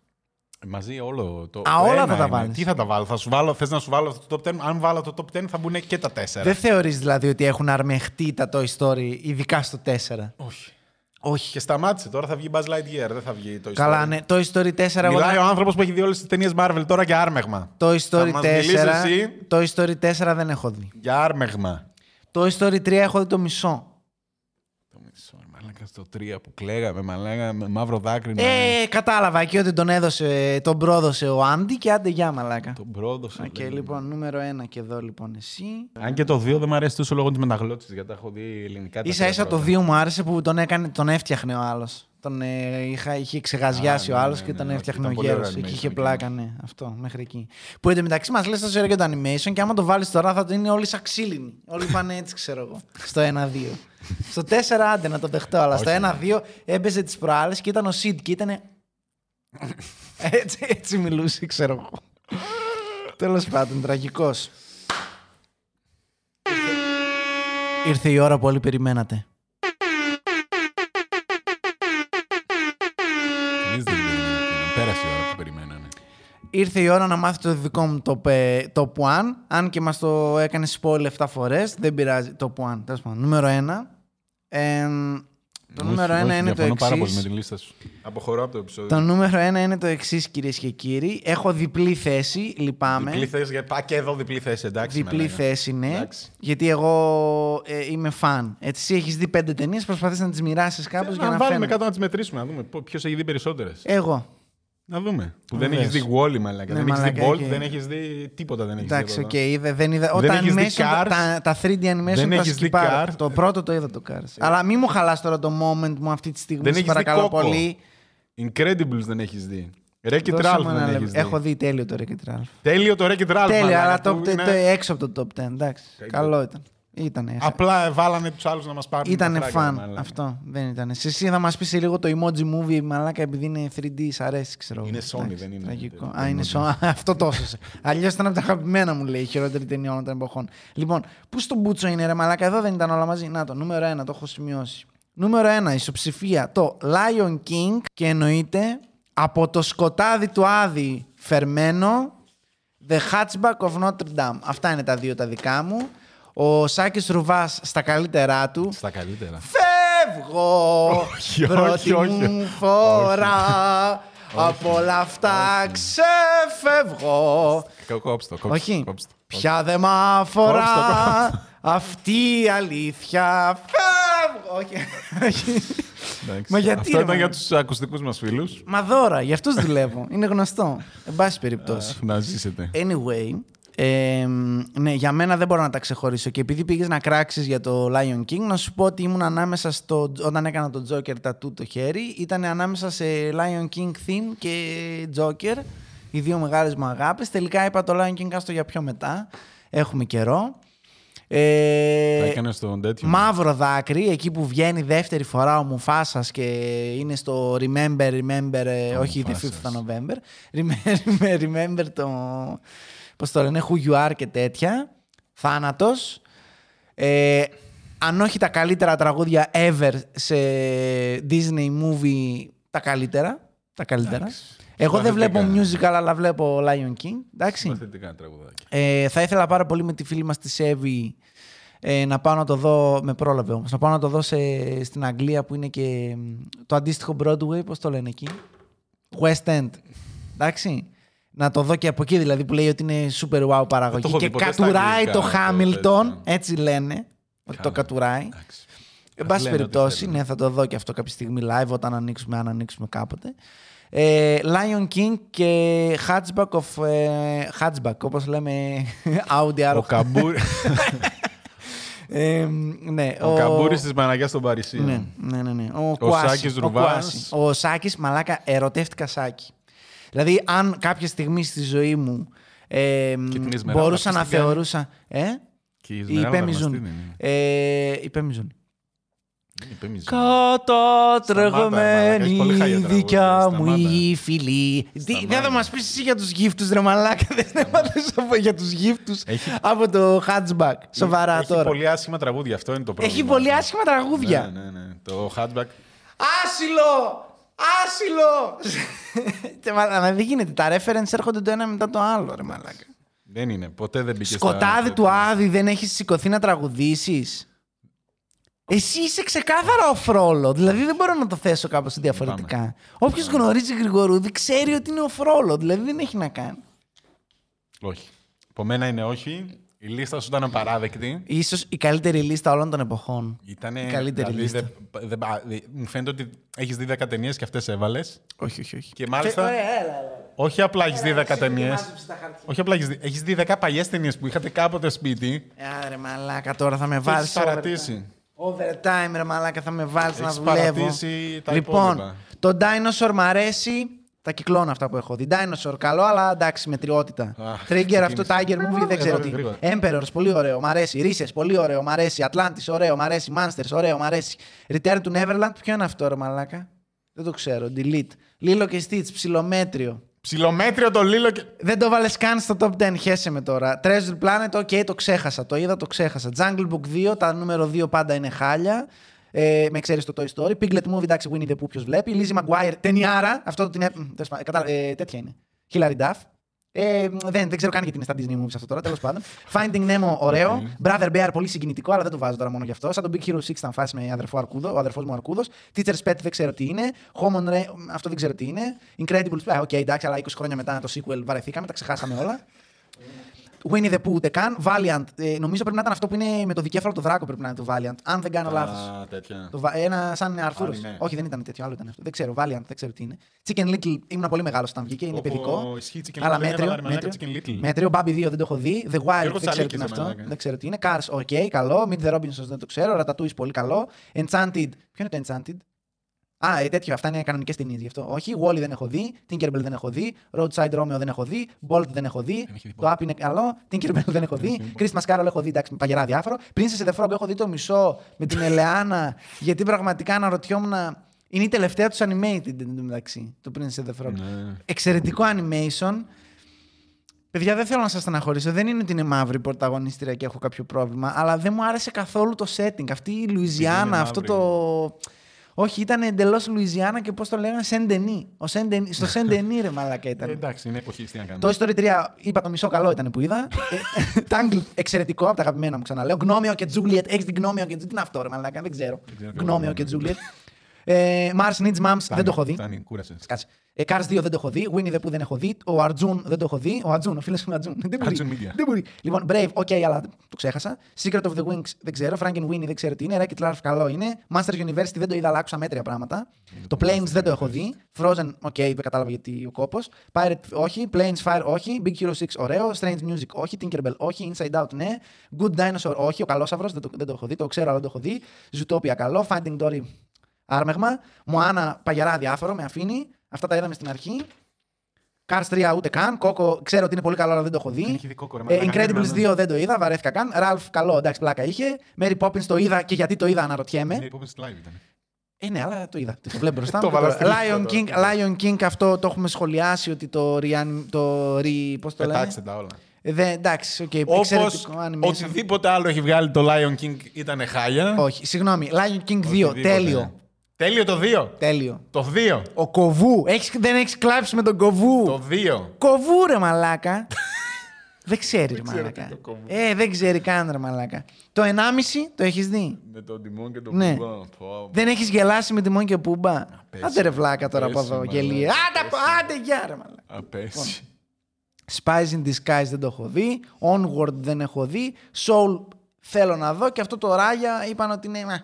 Μαζί όλο το. Α, το όλα ένα θα τα είναι. βάλεις. Τι θα τα βάλω, θα σου βάλω, θες να σου βάλω το top 10. Αν βάλω το top 10, θα μπουν και τα 4. Δεν θεωρείς δηλαδή ότι έχουν αρμεχτεί τα Toy Story, ειδικά στο 4. Όχι. Όχι. Και σταμάτησε τώρα, θα βγει Buzz Lightyear, δεν θα βγει το Καλά, ναι. Toy Story 4, εγώ Μιλάει να- ο άνθρωπος που έχει δει όλες τις ταινίες Marvel τώρα για άρμεγμα. Toy Story Θα 4. μας μιλήσεις εσύ. Toy Story 4 δεν έχω δει. Για άρμεγμα. Toy Story 3 έχω δει το μισό. Το μισό, ρε μαλάκα στο 3 που κλαίγαμε, μαλάκα με μαύρο δάκρυ. να- Ε, κατάλαβα εκεί ότι τον έδωσε, τον πρόδωσε ο Άντι και άντε γεια μαλάκα. Τον πρόδωσε. Οκ, λέει. λοιπόν, νούμερο 1 και εδώ λοιπόν εσύ. Αν και το 2 δεν μου αρέσει τόσο λόγω της μεταγλώτησης, γιατί τα έχω δει ελληνικά. τα Ίσα τρία ίσα το πρώτα. 2 μου άρεσε που τον, έκανε, τον έφτιαχνε ο άλλος. Τον ε, είχα, είχε ξεγαζιάσει Α, ο ναι, άλλος ναι, και ναι, τον ναι, έφτιαχνε ο ήταν πολύ ωραίο γέρο. Εκεί animation είχε εκείνο. πλάκα, ναι, αυτό μέχρι εκεί. Που εντωμεταξύ μας λες τόσο ωραίο και το animation και άμα το βάλεις τώρα θα το είναι όλοι σαν ξύλινοι. Όλοι πάνε έτσι, ξέρω εγώ. Στο 1-2. στο 4 άντε να το δεχτώ, αλλά στο Όχι, ναι. 1-2 έμπαιζε τις προάλλες και ήταν ο Σιντ και ήταν. έτσι, έτσι μιλούσε, ξέρω εγώ. Τέλος πάντων, τραγικός. Ήρθε η ώρα που όλοι περιμένατε. Κανείς δεν περιμένει. Πέρασε η ώρα που περιμένανε. Ήρθε η ώρα να μάθετε το δικό μου top, ε, top 1. Αν και μας το έκανε spoil 7 φορές, δεν πειράζει. Top 1, τέλος πάντων. Νούμερο 1. Το νούμερο ένα είναι το Διαφωνώ πάρα εξής. πολύ με την λίστα σου. Αποχωρώ από το επεισόδιο. Το νούμερο ένα είναι το εξής, κυρίες και κύριοι. Έχω διπλή θέση, λυπάμαι. Διπλή θέση, γιατί πά και εδώ διπλή θέση, εντάξει. Διπλή μαλάκα. θέση, ναι. Εντάξει. Γιατί εγώ ε, είμαι φαν. Έτσι, εσύ έχεις δει πέντε ταινίες, προσπαθείς να τις μοιράσεις κάπω Θέλω για να να βάλουμε φαίνεται. κάτω να τις μετρήσουμε, να δούμε ποιος έχει δει περισσότερες. Εγώ. Να δούμε. Που δεν Βεβαίως. έχει δει Wally, μαλάκα. Ναι, δεν έχεις δει μαλάκα, Bolt, και- δεν έχεις δει τίποτα. Δεν έχεις Εντάξει, δει οκ, από εδώ. είδε, δεν είδα. Όταν έχεις δει animation, τα, Cars. τα- τα 3D animation Δεν τα έχεις δει σκυπάρω. Cars. Το πρώτο το είδα το Cars. ε. Αλλά μη μου χαλάς τώρα το moment μου αυτή τη στιγμή. Δεν σε έχεις δει παρακαλώ Coco. πολύ. Incredibles δεν έχεις δει. Wreck-It Δώσε Ralph μου ένα δεν λεπτό. έχει δει. Έχω δει τέλειο το Wreck-It Ralph. Τέλειο το Wreck-It Ralph. Τέλειο, μαλάκα, αλλά που top 10, είναι- το- έξω από το top 10. Εντάξει, Καλύτερο. καλό ήταν. Ήτανε. Απλά βάλανε τους άλλους να μας πάρουν. Ήτανε τα φράγκα, φαν μαλάκα. αυτό. Δεν ήτανε. Σε Εσύ θα μας πεις σε λίγο το emoji movie, μαλάκα, επειδή είναι 3D, σ' αρέσει, ξέρω εγώ. Είναι Sony, Εντάξει, δεν είναι Τραγικό. τέτοιο. Α, είναι Sony. Α, Αυτό το έσωσε. Αλλιώς ήταν από τα αγαπημένα μου, λέει, η χειρότερη ταινία όλων των εποχών. Λοιπόν, πού στον Μπούτσο είναι, ρε Μαλάκα, εδώ δεν ήταν όλα μαζί. Να το, νούμερο 1, το έχω σημειώσει. Νούμερο 1, ισοψηφία. Το Lion King και εννοείται από το σκοτάδι του Άδη φερμένο The Hatchback of Notre Dame. Αυτά είναι τα δύο τα δικά μου. Ο Σάκης Ρουβάς στα καλύτερά του. Στα καλύτερα. Φεύγω Όχι, πρώτη όχι, όχι. μου φορά Από όλα αυτά ξεφεύγω Κα- Κόψτε το. κόψτε το, Όχι, κόψτε το. πια δεν μ' αφορά Κόψτε το, κόψτε Αυτή η αλήθεια Φεύγω Όχι, όχι. Εντάξει. Μα γιατί, Αυτό ρε, ήταν μαλάκα. για τους ακουστικούς μας φίλους. Μα δώρα, για αυτούς δουλεύω Είναι γνωστό, εν πάση περιπτώσει Να ζήσετε. Anyway, ε, ναι, για μένα δεν μπορώ να τα ξεχωρίσω. Και επειδή πήγες να κράξεις για το Lion King, να σου πω ότι ήμουν ανάμεσα στο. Όταν έκανα το Joker τατού το χέρι, ήταν ανάμεσα σε Lion King theme και Joker. Οι δύο μεγάλες μου αγάπες. Τελικά είπα το Lion King, άστο για πιο μετά. Έχουμε καιρό. Ε, Τα έκανε στον τέτοιο. Μαύρο δάκρυ, εκεί που βγαίνει δεύτερη φορά ο Μουφάσας και είναι στο Remember, Remember, ε, Ο όχι The Μουφάσας. 5th of November, Remember, remember το, πώς το λένε, Who You Are και τέτοια, θάνατος. Ε, αν όχι τα καλύτερα τραγούδια ever σε Disney movie, τα καλύτερα, τα καλύτερα. Εντάξει. Εγώ δεν βλέπω Συμπαθητικά. musical, αλλά βλέπω Lion King, εντάξει. Παθητικά τραγουδάκια. Ε, θα ήθελα πάρα πολύ με τη φίλη μας τη Σέβη ε, να πάω να το δω, με πρόλαβε όμως, να πάω να το δω σε, στην Αγγλία που είναι και μ, το αντίστοιχο Broadway, πώς το λένε εκεί, West End, εντάξει. Να το δω και από εκεί δηλαδή που λέει ότι είναι super wow Δεν Ε, το παραγωγή έχω και δει ποτέ στα κατουράει αγγλικά, το το Hamilton, τέτοιο. έτσι λένε, ότι το Hamilton. κατουράει. Εντάξει. Εν Ας πάση λένε ό,τι περιπτώσει, θέλουν. ναι, θα το δω και αυτό κάποια στιγμή live όταν ανοίξουμε, αν ανοίξουμε κάποτε. Ε, Lion King και Hatchback of... Ε, hatchback, όπως λέμε, Audi Ο R. καμπούρι. Ε, ναι, Ο καμπούρης της Παναγιά στον Παρισί. ε. Ναι, ναι, ναι, ναι. Ο, Ο Κουάση, Σάκης ο Ρουβάς. Κουάση. Ο Σάκης, μαλάκα, ερωτεύτηκα Σάκη. Δηλαδή, αν κάποια στιγμή στη ζωή μου ε, την Ισμεράλδα, μπορούσα ποιος να την κάνει? θεωρούσα... Ε, Και η η Ισμεράλδα Δαμαστίνη, Πέμιζουν. ναι. Ε, η Πέμιζουν. Η Πέμιζουν. Σταμάτα, ρε μαλάκα, έχεις Κατατρεγμένη πολύ χάλια τραγούδια, δικιά μου σταμάτα. η φιλή. Τι- Δεν θα Σταμάτα. μας πεις εσύ για τους γύφτους, ρε Μαλάκα. Δεν έμαθες από για τους γύφτους Έχει- από το hatchback. Σοβαρά Έχει τώρα. πολύ άσχημα τραγούδια, αυτό είναι το πρόβλημα. Έχει πολύ άσχημα τραγούδια. Ναι, ναι, ναι. Το hatchback. Άσυλο! Άσυλο! Τε μαλα- μα δεν γίνεται. Τα reference έρχονται το ένα μετά το άλλο, ρε Μαλάκα. Δεν είναι. Ποτέ δεν μπήκε στα- Σκοτάδι του Άδη δεν έχεις σηκωθεί να τραγουδήσεις. Εσύ είσαι ξεκάθαρα ο Φρόλο. Δηλαδή δεν μπορώ να το θέσω κάπως διαφορετικά. Όποιο γνωρίζει Γρηγορούδη ξέρει ότι είναι ο Φρόλο. Δηλαδή δεν έχει να κάνει. Όχι. Από μένα είναι όχι. Η λίστα σου ήταν απαράδεκτη. Ίσως η καλύτερη λίστα όλων των εποχών. Ήτανε, Η καλύτερη λίστα. δεν- δεν πα- δε- μου φαίνεται ότι έχεις δει 10 ταινίες και αυτές έβαλες. Όχι, όχι, όχι. Και μάλιστα. Ωραία, έλα, έλα. όχι απλά έχεις δει 10 ταινίες. μάζεψε τα χαρτιά. Όχι απλά έχεις δει. Έχεις δει 10 παλιές ταινίες που είχατε κάποτε σπίτι. Άρε μαλάκα, τώρα θα με Και βάλει. έχει παρατήσει. Overtime, ρε μαλάκα, θα με βάλεις να Έχεις δουλεύω. παρατήσει τα Λοιπόν, υπόλοιπα. το Dinosaur μ' αρέσει. Τα κυκλώνω αυτά που έχω δει. Dinosaur, καλό, αλλά εντάξει, με τριότητα. Αχ, Trigger, αυτό, ξεκίνησε. Tiger Movie, δεν ξέρω εδώ, τι. γρήγορα. Emperors, πολύ ωραίο, μ' αρέσει. Reese's, πολύ ωραίο, μ' αρέσει. Atlantis, ωραίο, μ' αρέσει. Monsters, ωραίο, μ' αρέσει. Return to Neverland, ποιο είναι αυτό, ρε μαλάκα. Δεν το ξέρω, delete. Lilo και Stitch, ψιλομέτριο. Ψιλομέτριο το Λίλο και. Δεν το βάλες καν στο top 10, χέσε με τώρα. Treasure Planet, ok, το ξέχασα. Το είδα, το ξέχασα. Jungle Book 2, τα νούμερο 2 πάντα είναι χάλια. Ε, με ξέρεις το Toy Story. Piglet Movie, εντάξει, Winnie the Pooh, ποιος βλέπει. Lizzie McGuire, ταινιάρα. Αυτό το την. ε, μ, τέλος πάντων, κατάλαβα, ε, τέτοια είναι. Hillary Duff. Ε, δεν, δεν ξέρω καν γιατί είναι στα Disney Movies αυτό τώρα, τέλος πάντων. Finding Nemo, ωραίο. Brother Bear, πολύ συγκινητικό, αλλά δεν το βάζω τώρα μόνο γι' αυτό. Σαν τον Big Hero 6 ήταν φάση με αδερφό Αρκούδο, ο αδερφός μου Αρκούδος. Teacher's Pet δεν ξέρω τι είναι. Home on Ray, αυτό δεν ξέρω τι είναι. Incredible Fly, οκ, εντάξει, αλλά 20 χρόνια μετά το sequel βαρεθήκαμε, τα ξεχάσαμε όλα. Winnie the Pooh ούτε καν. Valiant, ε, νομίζω πρέπει να ήταν αυτό που είναι με το δικέφαλο του δράκο πρέπει να είναι το Valiant, αν δεν κάνω λάθο. Α, τέτοια. Το, βα- ένα σαν Αρθούρο. Άλλη, ναι. Όχι, δεν ήταν τέτοιο, άλλο ήταν αυτό. Δεν ξέρω, Valiant, δεν ξέρω τι είναι. Chicken Little ήμουν πολύ μεγάλος όταν βγήκε, είναι Όπου παιδικό. ισχύει Chicken Little, Αλλά δεν μέτριο. έβαλε μαλάκα μέτριο. Chicken Little. Μέτριο, Bambi 2 δεν το έχω δει. The Wild δεν ξέρω τι Γιώργο Τσαλίκης, είναι εμένα, ναι. αυτό. μαλάκα. Δεν ξέρω τι είναι. Cars, ok, καλό. Meet the Robinsons δεν το ξέρω. Ratatouille πολύ καλό. Enchanted. Ποιο είναι το Enchanted? Α, ε, τέτοιο. Αυτά είναι κανονικές ταινίες γι' αυτό. Όχι. Wally δεν έχω δει. Tinkerbell δεν έχω δει. Roadside Romeo δεν έχω δει. Bolt δεν έχω δει. Δεν έχει δει Το App είναι καλό. Tinkerbell δεν έχω δει. Christmas Carol έχω δει. Εντάξει, παγερά διάφορο. Princess and the Frog έχω δει το μισό με την Ελεάνα. γιατί πραγματικά αναρωτιόμουν. Είναι η τελευταία τους animated εν τω μεταξύ. Το Princess and the Frog. Ναι. Εξαιρετικό animation. Παιδιά, δεν θέλω να σας στεναχωρήσω. Δεν είναι ότι είναι μαύρη η πρωταγωνίστρια και έχω κάποιο πρόβλημα, αλλά δεν μου άρεσε καθόλου το setting. Αυτή η είναι Λουιζιάννα, αυτό μαύρη. το. Όχι, ήταν εντελώς Λουιζιάννα και πώς το λέγανε, Σεντενή. Ο Σεντενή- Στο Σεντενή, ρε μαλακά Ε, ήταν. Εντάξει, είναι εποχή, τι να κάνουμε. Το Story 3, είπα το μισό καλό ήταν που είδα. Ε, Tangled, εξαιρετικό από τα αγαπημένα μου ξαναλέω. Γνώμιο και Τζούλιετ, έχεις την γνώμιο και Τζούλιετ. Τι είναι αυτό, ρε μαλακά, δεν ξέρω. ξέρω ναι. τι Γνώμιο είναι. και Τζούλιετ. Ε, Mars Needs Moms, Φτάνει, δεν το έχω δει. Φτάνει, κούρασες. Κάτσε. Ε, Cars 2 δεν το έχω δει. Winnie the Pooh δεν έχω δει. Ο Αρτζούν δεν το έχω δει. Ο Ατζούν, ο φίλος μου Ατζούν. Δεν μπορεί. Ατζούν Media. Δεν μπορεί. Λοιπόν, Brave, οκ, αλλά το ξέχασα. Secret of the Wings δεν ξέρω. Frank and Winnie δεν ξέρω τι είναι. Racket Larf καλό είναι. Master University δεν το είδα, αλλά άκουσα μέτρια πράγματα. Το Planes δεν το έχω δει. Frozen, οκ, δεν κατάλαβα γιατί ο κόπος. Pirate, όχι. Planes Fire, όχι. Big Hero 6, ωραίο. Strange Music, όχι. Tinkerbell, όχι. Inside Out, ναι. Good Dinosaur, όχι. Ο Καλός Αύρο δεν, το- δεν το έχω δει. Το ξέρω, αλλά δεν το έχω δει. Zootopia, καλό. Finding Dory, άρμεγμα. Μωάνα παγερά διάφορο, με αφήνει. Αυτά τα είδαμε στην αρχή. Cars 3 ούτε καν. Κόκο ξέρω ότι είναι πολύ καλό, αλλά δεν το έχω Δεν δει. έχει δει κόκορα. Ε, Incredibles 2 δεν το είδα, βαρέθηκα καν. Ralph καλό, εντάξει, πλάκα είχε. Mary Poppins το είδα και γιατί το είδα, αναρωτιέμαι. Είναι υπόψη στη live ήταν. Ε, ναι, αλλά το είδα. Το βλέπω μπροστά Ναι. Το μου. βάλα στη λίστα Lion τώρα. King, Lion King αυτό το έχουμε σχολιάσει ότι το Rian. Το Ρι. Πώς το λένε. Πετάξτε τα όλα. Ε, δεν- εντάξει, οκ, Όπως εξαιρετικό animation. οτιδήποτε άλλο έχει βγάλει το Lion King ήταν χάλια. Όχι, συγγνώμη. Lion King 2, Οτιδήποτε. ναι. τέλειο. Τέλειο το 2. Τέλειο. Το 2. Ο κοβού. Έχεις, δεν έχεις κλάψει με τον κοβού. Το 2. Κοβού ρε μαλάκα. δεν ξέρεις ρε ξέρω μαλάκα. τι είναι το κοβού. Ε, δεν ξέρει καν ρε μαλάκα. Το 1,5 το έχεις δει. Με τον Τιμόν και τον Ναι. Μπουμπά. Πω, Δεν έχεις γελάσει με τη Μόνη και Πούμπα. Απέσιο. Άντε ρε βλάκα τώρα από Απέσιο, εδώ. μαλάκα. Γελίε. Άντε, απ- άντε γεια ρε μαλάκα. Λοιπόν. Απέσει. Spies in Disguise δεν το έχω δει. Onward δεν έχω δει. Soul θέλω να δω. Και αυτό το Ράγια είπαν ότι είναι... μα.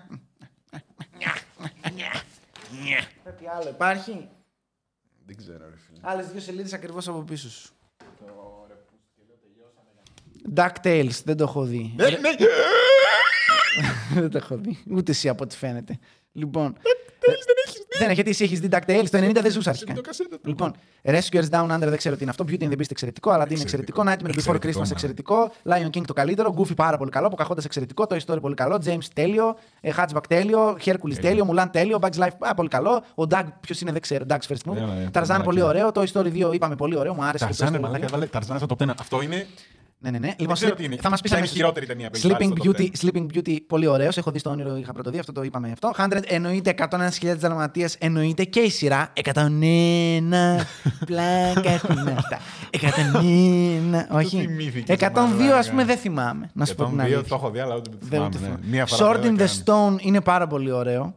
Κάτι άλλο υπάρχει. Δεν ξέρω, ρε φίλε. Άλλες δύο σελίδες ακριβώς από πίσω σου. DuckTales, δεν το έχω δει. Ε, ναι. δεν το έχω δει. Ούτε εσύ από ό,τι φαίνεται. Λοιπόν. δεν έχεις, γιατί εσύ έχεις δει DuckTales. Το 90 δεν ζούσες αρχικά. Ε, το κασέτα του. Λοιπόν, Rescuers Down Under δεν ξέρω τι είναι αυτό. Beauty and the Beast εξαιρετικό. Aladdin εξαιρετικό. Εξαιρετικό. Nightmare Before Εξαιρετικό, ναι. Christmas μάνα. εξαιρετικό. Lion King το καλύτερο. Goofy πάρα πολύ καλό. Pocahontas εξαιρετικό. Toy Story πολύ καλό. James τέλειο. ε, Hatchback τέλειο. Hercules Ε, τέλειο. ναι. Mulan τέλειο. Bugs Life α, πολύ καλό. Ο Doug ποιος είναι δεν ξέρω. Doug's First Έλα, ε, Move. Tarzan μαλακιά. πολύ ωραίο. Toy Story 2 είπαμε πολύ ωραίο. Μου άρεσε. και το Toy Ταρζάν, ρε Story μαλάκα, 2. έβαλε Ταρζάν στο top 1. Αυτό είναι. Ναι, ναι, ναι. Λοιπόν, ξέρω sleep- τι είναι. θα μας πει Ποια είναι η χειρότερη ταινία που έχει Sleeping, βάλει στο Beauty, top Sleeping Beauty, πολύ ωραίος. Έχω δει στο όνειρο, είχα πρωτοδεί, αυτό το είπαμε αυτό. 100, εννοείται 101.000 δαλματίε, εννοείται και η σειρά. 101. Πλάκα έχουν αυτά. 101. όχι. θυμήθηκες, 102, μαλάκα. ας πούμε, δεν θυμάμαι. Να σου πω την Τον 2 το αλήθεια. έχω δει, αλλά ούτε το Δεν ούτε θυμάμαι. ναι. θυμάμαι. Μία φορά. ναι. Sword in the Stone είναι πάρα πολύ ωραίο.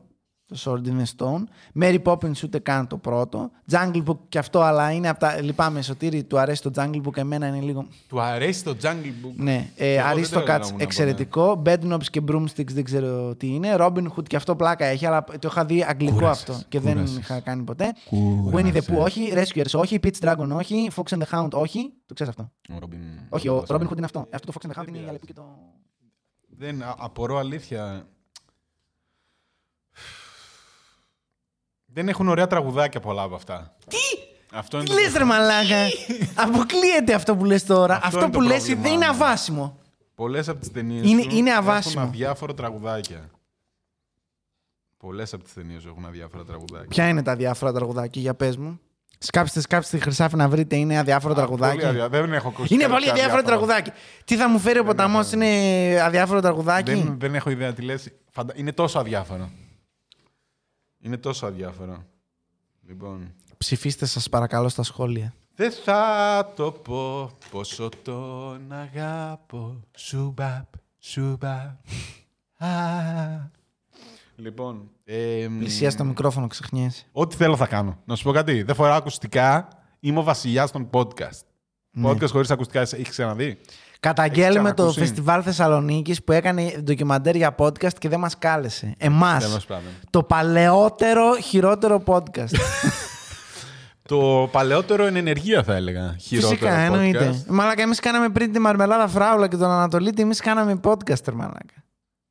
Το Sword in the Stone. Mary Poppins ούτε καν το πρώτο. Jungle Book και αυτό, αλλά είναι από τα. Λυπάμαι, Σωτήρη, του αρέσει το Jungle Book. Εμένα είναι λίγο. Του αρέσει το Jungle Book. Ναι. Εγώ Ε, δεν Aristocats τρελανόμουν, εξαιρετικό. Bedknobs και Broomsticks δεν ξέρω τι είναι. Robin Hood και αυτό πλάκα έχει, αλλά το είχα δει αγγλικό Κούρασες, αυτό και δεν κούρασες. είχα κάνει ποτέ. Κούρασες. Winnie the Pooh όχι. Rescuers όχι. Peach Dragon όχι. Fox and the Hound όχι. Το ξέρεις αυτό. Ο Robin- Όχι, Robin ο Hood. Robin Hood είναι αυτό. Αυτό το Fox and the Hound είναι η Γαλλική και το. Δεν α- απορώ αλήθεια. Δεν έχουν ωραία τραγουδάκια πολλά από αυτά. Τι! Αυτό είναι Τι το λες, ρε Μαλάκα. Αποκλείεται αυτό που λες τώρα. Αυτό Αυτό είναι που το λες πρόβλημά δεν είναι μου. αβάσιμο. Πολλές από τις ταινίες Είναι- είναι αβάσιμο. έχουν αδιάφορα τραγουδάκια. Πολλές από τις ταινίες έχουν αδιάφορα τραγουδάκια. Ποια είναι τα διάφορα τραγουδάκια, για πες μου. Σκάψτε, σκάψτε χρυσάφι να βρείτε, είναι αδιάφορο Πολύ τραγουδάκι. αδιά- Δεν έχω ακούσει. Είναι κάτι πολύ αδιάφορο τραγουδάκι. Τι θα μου φέρει ο ποταμό, είναι αδιάφορο τραγουδάκι. Δεν, δεν έχω ιδέα τι λες. Είναι τόσο αδιάφορο. Είναι τόσο αδιάφορο. Λοιπόν. Ψηφίστε σας παρακαλώ στα σχόλια. Δεν θα το πω πόσο τον αγάπω. Σουμπαπ, σουμπαπ. Α. Λοιπόν. Ε, μ, Πλησία στο μικρόφωνο, ξεχνιέσαι. Ό,τι θέλω θα κάνω. Να σου πω κάτι. Δεν φοράω ακουστικά. Είμαι ο βασιλιάς των podcast. Ναι. Podcast χωρίς ακουστικά έχεις ξαναδεί. Καταγγέλνουμε Έχεις το ξανακούσει? φεστιβάλ Θεσσαλονίκης που έκανε ντοκιμαντέρ για podcast και δεν μας κάλεσε. Εμάς. Τέλος πάντων. Το παλαιότερο, χειρότερο podcast. Το παλαιότερο εν ενεργεία θα έλεγα. Χειρότερο Φυσικά, podcast. εννοείται. Μαλάκα, εμείς κάναμε πριν τη Μαρμελάδα Φράουλα και τον Ανατολίτη, εμείς κάναμε podcast, ρε μαλάκα.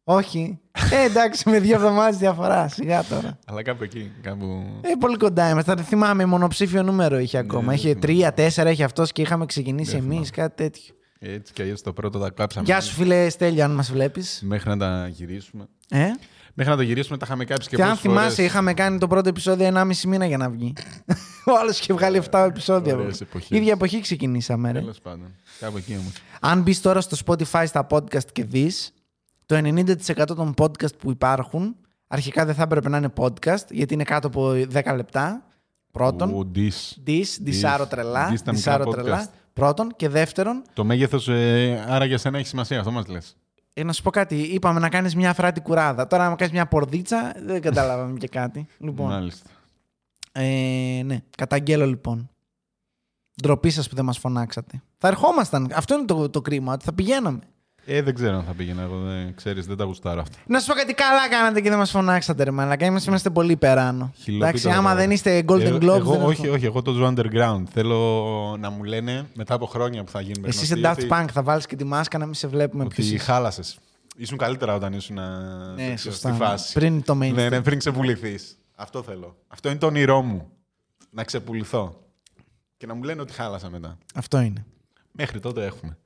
Όχι. Ε, εντάξει, με δύο εβδομάδες διαφορά, σιγά τώρα. Αλλά κάπου εκεί. Κάπου... Ε, πολύ κοντά είμαστε. Δεν θυμάμαι, μονοψήφιο νούμερο είχε ακόμα. δεν είχε Ναι, θυμάμαι. τρία, τέσσερα, είχε αυτός και είχαμε ξεκινήσει Δεν εμείς, κάτι τέτοιο. Έτσι κι αλλιώς το πρώτο τα κάψαμε. Γεια σου, φίλε Στέλιο, αν μας βλέπεις. Μέχρι να τα γυρίσουμε. Ε? Μέχρι να το γυρίσουμε τα είχαμε κάψει και, Και αν πολλές θυμάσαι, φορές. είχαμε κάνει το πρώτο επεισόδιο 1,5 μήνα για να βγει. Ο άλλος είχε βγάλει 7 επεισόδια. ωραίες εποχές. Ίδια εποχή ξεκινήσαμε, ρε. Τέλος πάντων. Κάπου εκεί όμως. Αν μπεις τώρα στο Spotify στα podcast και δεις, το 90% των podcast που υπάρχουν αρχικά δεν θα έπρεπε να είναι podcast, γιατί είναι κάτω από 10 λεπτά. Πρώτον, δις, δισάρο τρελά, Dis τα μικρά δισάρο podcast. τρελά. Πρώτον και δεύτερον, Το μέγεθος, ε, άρα για σένα έχει σημασία, αυτό μας λες. ε, να σου πω κάτι. Είπαμε να κάνεις μια φράτη κουράδα. Τώρα, άμα κάνεις μια πορδίτσα, δεν καταλάβαμε και κάτι. Λοιπόν, Μάλιστα. ε, ναι, καταγγέλλω λοιπόν. Ντροπή σας που δεν μας φωνάξατε. Θα ερχόμασταν. Αυτό είναι το, το κρίμα, ότι θα πηγαίναμε. Ε, δεν ξέρω αν θα πήγαινα εγώ. Δεν ξέρεις, δεν τα γουστάρω αυτά. Να σου πω κάτι καλά κάνατε και δεν μας φωνάξατε, ρε Μαλακά. Είμαστε, είμαστε πολύ περάνω. Χιλόπιτα Εντάξει, τα άμα πράγματα. δεν είστε Golden Εγώ- Globes. Εγώ, δεν έχω- όχι, όχι, εγώ το ζω underground. Θέλω να μου λένε μετά από χρόνια που θα γίνουμε. Εσύ είσαι Daft γνωστοί, Punk, θα βάλεις και τη μάσκα να μην σε βλέπουμε Ότι, ποιο ότι είσαι. χάλασες. Ήσουν καλύτερα όταν ήσουν α, Ναι, τέτοιο, σωστά. στη φάση. Πριν το mainstream. Ναι, ναι, πριν ξεπουληθείς. Αυτό θέλω. Αυτό είναι το όνειρό μου. Να ξεπουληθώ. Και να μου λένε ότι χάλασα μετά. Αυτό είναι. Μέχρι τότε έχουμε.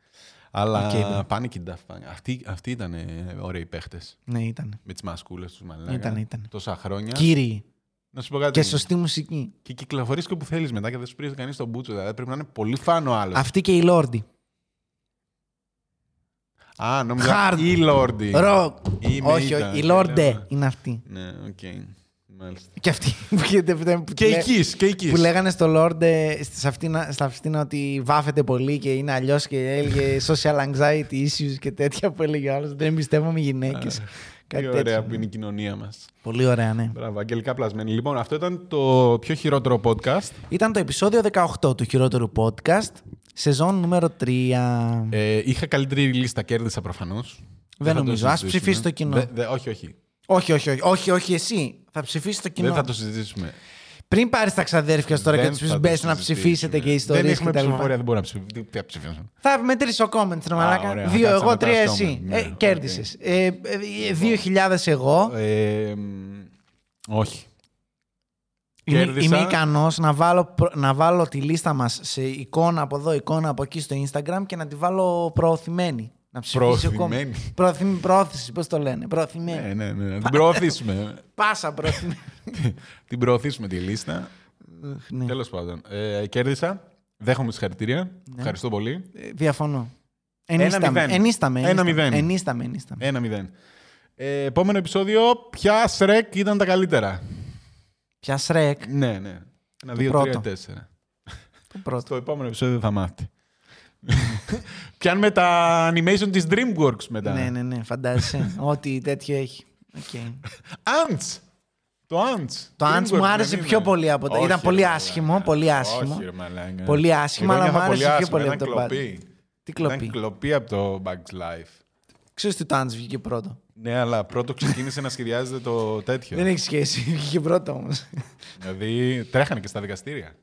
Αλλά Οκ, ναι. bro. πάνε και οι Daft Punk. Αυτοί, αυτοί ήταν ωραίοι παίχτες. Ναι, ήταν. Με τις μασκούλες τους μαλάκα. Ήτανε, ήτανε. Τόσα χρόνια. Κύριοι. Να σου πω Ναι. κάτι. Και σωστή μουσική. Και κυκλοφορείς και όπου θέλεις μετά και δεν σου πρίζει κανείς τον μπούτσο. Δηλαδή πρέπει να είναι πολύ φαν ο άλλο. Αυτή και η Λόρντι. Α, νόμιζα. Hard. Ή Λόρντι. Ροκ. Είμαι, Όχι, ήταν, όχι. Η και Λόρντε λέμε. είναι αυτή. Ναι, οκ. Μάλιστα. Και αυτή που γίνεται- που, Και λέ- η Kiss, και η Kiss. που λέγανε στο Λόρντε στη Σαφτίνα, στα Αυτίνα ότι βάφεται πολύ και είναι αλλιώς και έλεγε social anxiety issues και τέτοια που έλεγε ο άλλος. Δεν εμπιστεύομαι γυναίκες. Τι Κάτι ωραία τέτοιο. ναι. που είναι η κοινωνία μας. Πολύ ωραία, ναι. Μπράβο, αγγελικά πλασμένη. Λοιπόν, αυτό ήταν το πιο χειρότερο podcast. Ήταν το επεισόδιο 18 του χειρότερου podcast, σεζόν νούμερο 3. Ε, είχα καλύτερη λίστα, κέρδισα προφανώς. νομίζω. Ας ψηφίσει το κοινό. όχι, όχι. όχι, όχι, όχι, όχι, όχι, εσύ. Θα ψηφίσεις το κοινό. Δεν θα το συζητήσουμε. Πριν πάρεις τα ξαδέρφια τώρα και Δεν τους θα πει το μπες να συζητήσουμε. ψηφίσετε και Δεν ιστορίες έχουμε κτλ. ψηφοφορία, δεν μπορώ να ψηφίσω. Τι- τι θα ψηφίσω. Θα μετρήσω comments, ρε μαλάκα. ωραία. δύο Θα κάτσω εγώ, μετά τρία στο εσύ. moment. Ε, Ναι, Κέρδισες. Ε, ε, δύο χιλιάδες εγώ. Ε, μ, όχι. Είμαι, κέρδισα. είμαι ικανός να, βάλω, προ- να βάλω τη λίστα μας σε εικόνα από εδώ, εικόνα από εκεί στο Instagram και να τη βάλω προωθημένη. Να ψηφίσει ο κόμμα. Προωθημένη. Προωθημένη. Πρόθεση, πώς το λένε. Προωθημένη. Ναι, ναι, ναι. Να την προωθήσουμε. Πάσα προωθημένη. την προωθήσουμε τη λίστα. Αχ, ναι. Τέλος πάντων. Ε, κέρδισα. Δέχομαι συγχαρητήρια. Ευχαριστώ πολύ. Ε, Διαφωνώ. Ένα Ενίσταμε. μηδέν. Ενίσταμε. Ένα μηδέν. ενίσταμε, Ενίσταμε. ενίσταμε. Ένα μηδέν. Ε, επόμενο επεισόδιο. Ποια σρεκ ήταν τα καλύτερα. Πια Σρέκ. Ναι, ναι. Ένα, δύο, πρώτο. τρία, τέσσερα. Το πρώτο. Στο επόμενο επεισόδιο θα μάθετε. Πιάνουμε τα animation της DreamWorks μετά. Ναι, ναι, ναι. Φαντάζεσαι. Ό,τι τέτοιο έχει. Οκ. Ants. Το Ants. Το Ants μου DreamWorks, άρεσε δεν πιο είναι. πολύ από τα- Όχι, ήταν ρε, πολύ μαλάκα. άσχημο, πολύ άσχημο. Όχι, ρε, μαλάκα. Πολύ άσχημο, Εγώ αλλά νιώθω μου άρεσε πιο άσχημα, πολύ ήταν από το κλοπή. Τι Ήταν κλοπή. κλοπή από το Bugs Life. Ξέρεις ότι το Άντς βγήκε πρώτο. Ναι, αλλά πρώτο ξεκίνησε να σχεδιάζεται το τέτοιο. Δεν έχει σχέση. Βγήκε πρώτο όμως. δηλαδή τρέχανε και στα δικαστήρια.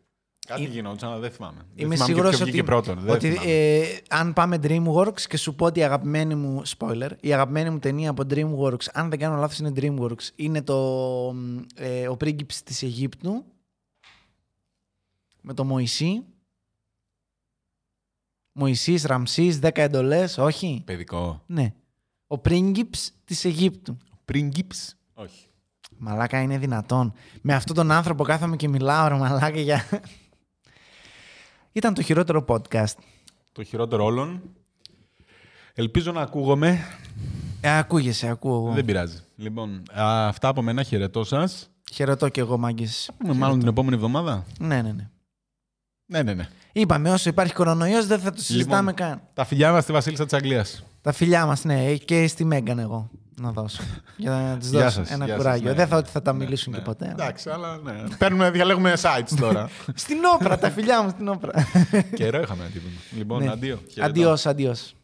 Κάτι γινόταν, αλλά δεν θυμάμαι. Δεν Είμαι θυμάμαι και σίγουρος ποιο ότι. βγήκε πρώτον. Δεν ότι θυμάμαι. ε, αν πάμε Dreamworks και σου πω ότι η αγαπημένη μου. Spoiler. Η αγαπημένη μου ταινία από Dreamworks, αν δεν κάνω λάθος, είναι Dreamworks. Είναι το. μ, Ε, ο πρίγκιπς της Αιγύπτου. Με το Μωυσή. Μωυσής, Ραμσής, 10 εντολές, όχι. Παιδικό. Ναι. Ο πρίγκιπς της Αιγύπτου. Πρίγκιπς. Όχι. Μαλάκα είναι δυνατόν. Με αυτόν τον άνθρωπο κάθομαι και μιλάω, ρε μαλάκα, για... Ήταν το χειρότερο podcast. Το χειρότερο όλων. Ελπίζω να ακούγομαι. Ε, ακούγεσαι, ακούω εγώ. Δεν πειράζει. Λοιπόν, α, αυτά από μένα χαιρετώ σας. Χαιρετώ και εγώ, μάγκες. Μάλλον την επόμενη εβδομάδα. Ναι, ναι, ναι. Ναι, ναι, ναι. Είπαμε, όσο υπάρχει κορονοϊός, δεν θα το συζητάμε Λοιπόν. καν. Τα φιλιά μας στη Βασίλισσα της Αγγλίας. Τα φιλιά μας, ναι, και στη Μέγκαν εγώ να δώσω. Για να τη Γεια δώσω σας, ένα γεια σας, κουράγιο. ναι, δεν θα ναι, ότι θα τα ναι, μιλήσουν ναι. και ποτέ. αλλά- Εντάξει, αλλά ναι. Παίρνουμε, διαλέγουμε sites τώρα. Στην όπρα, τα φιλιά μου στην όπρα. Καιρό είχαμε να τύπουμε. Λοιπόν, Ναι. αντίο. Χαιρετώ. Αντιός, αντιός.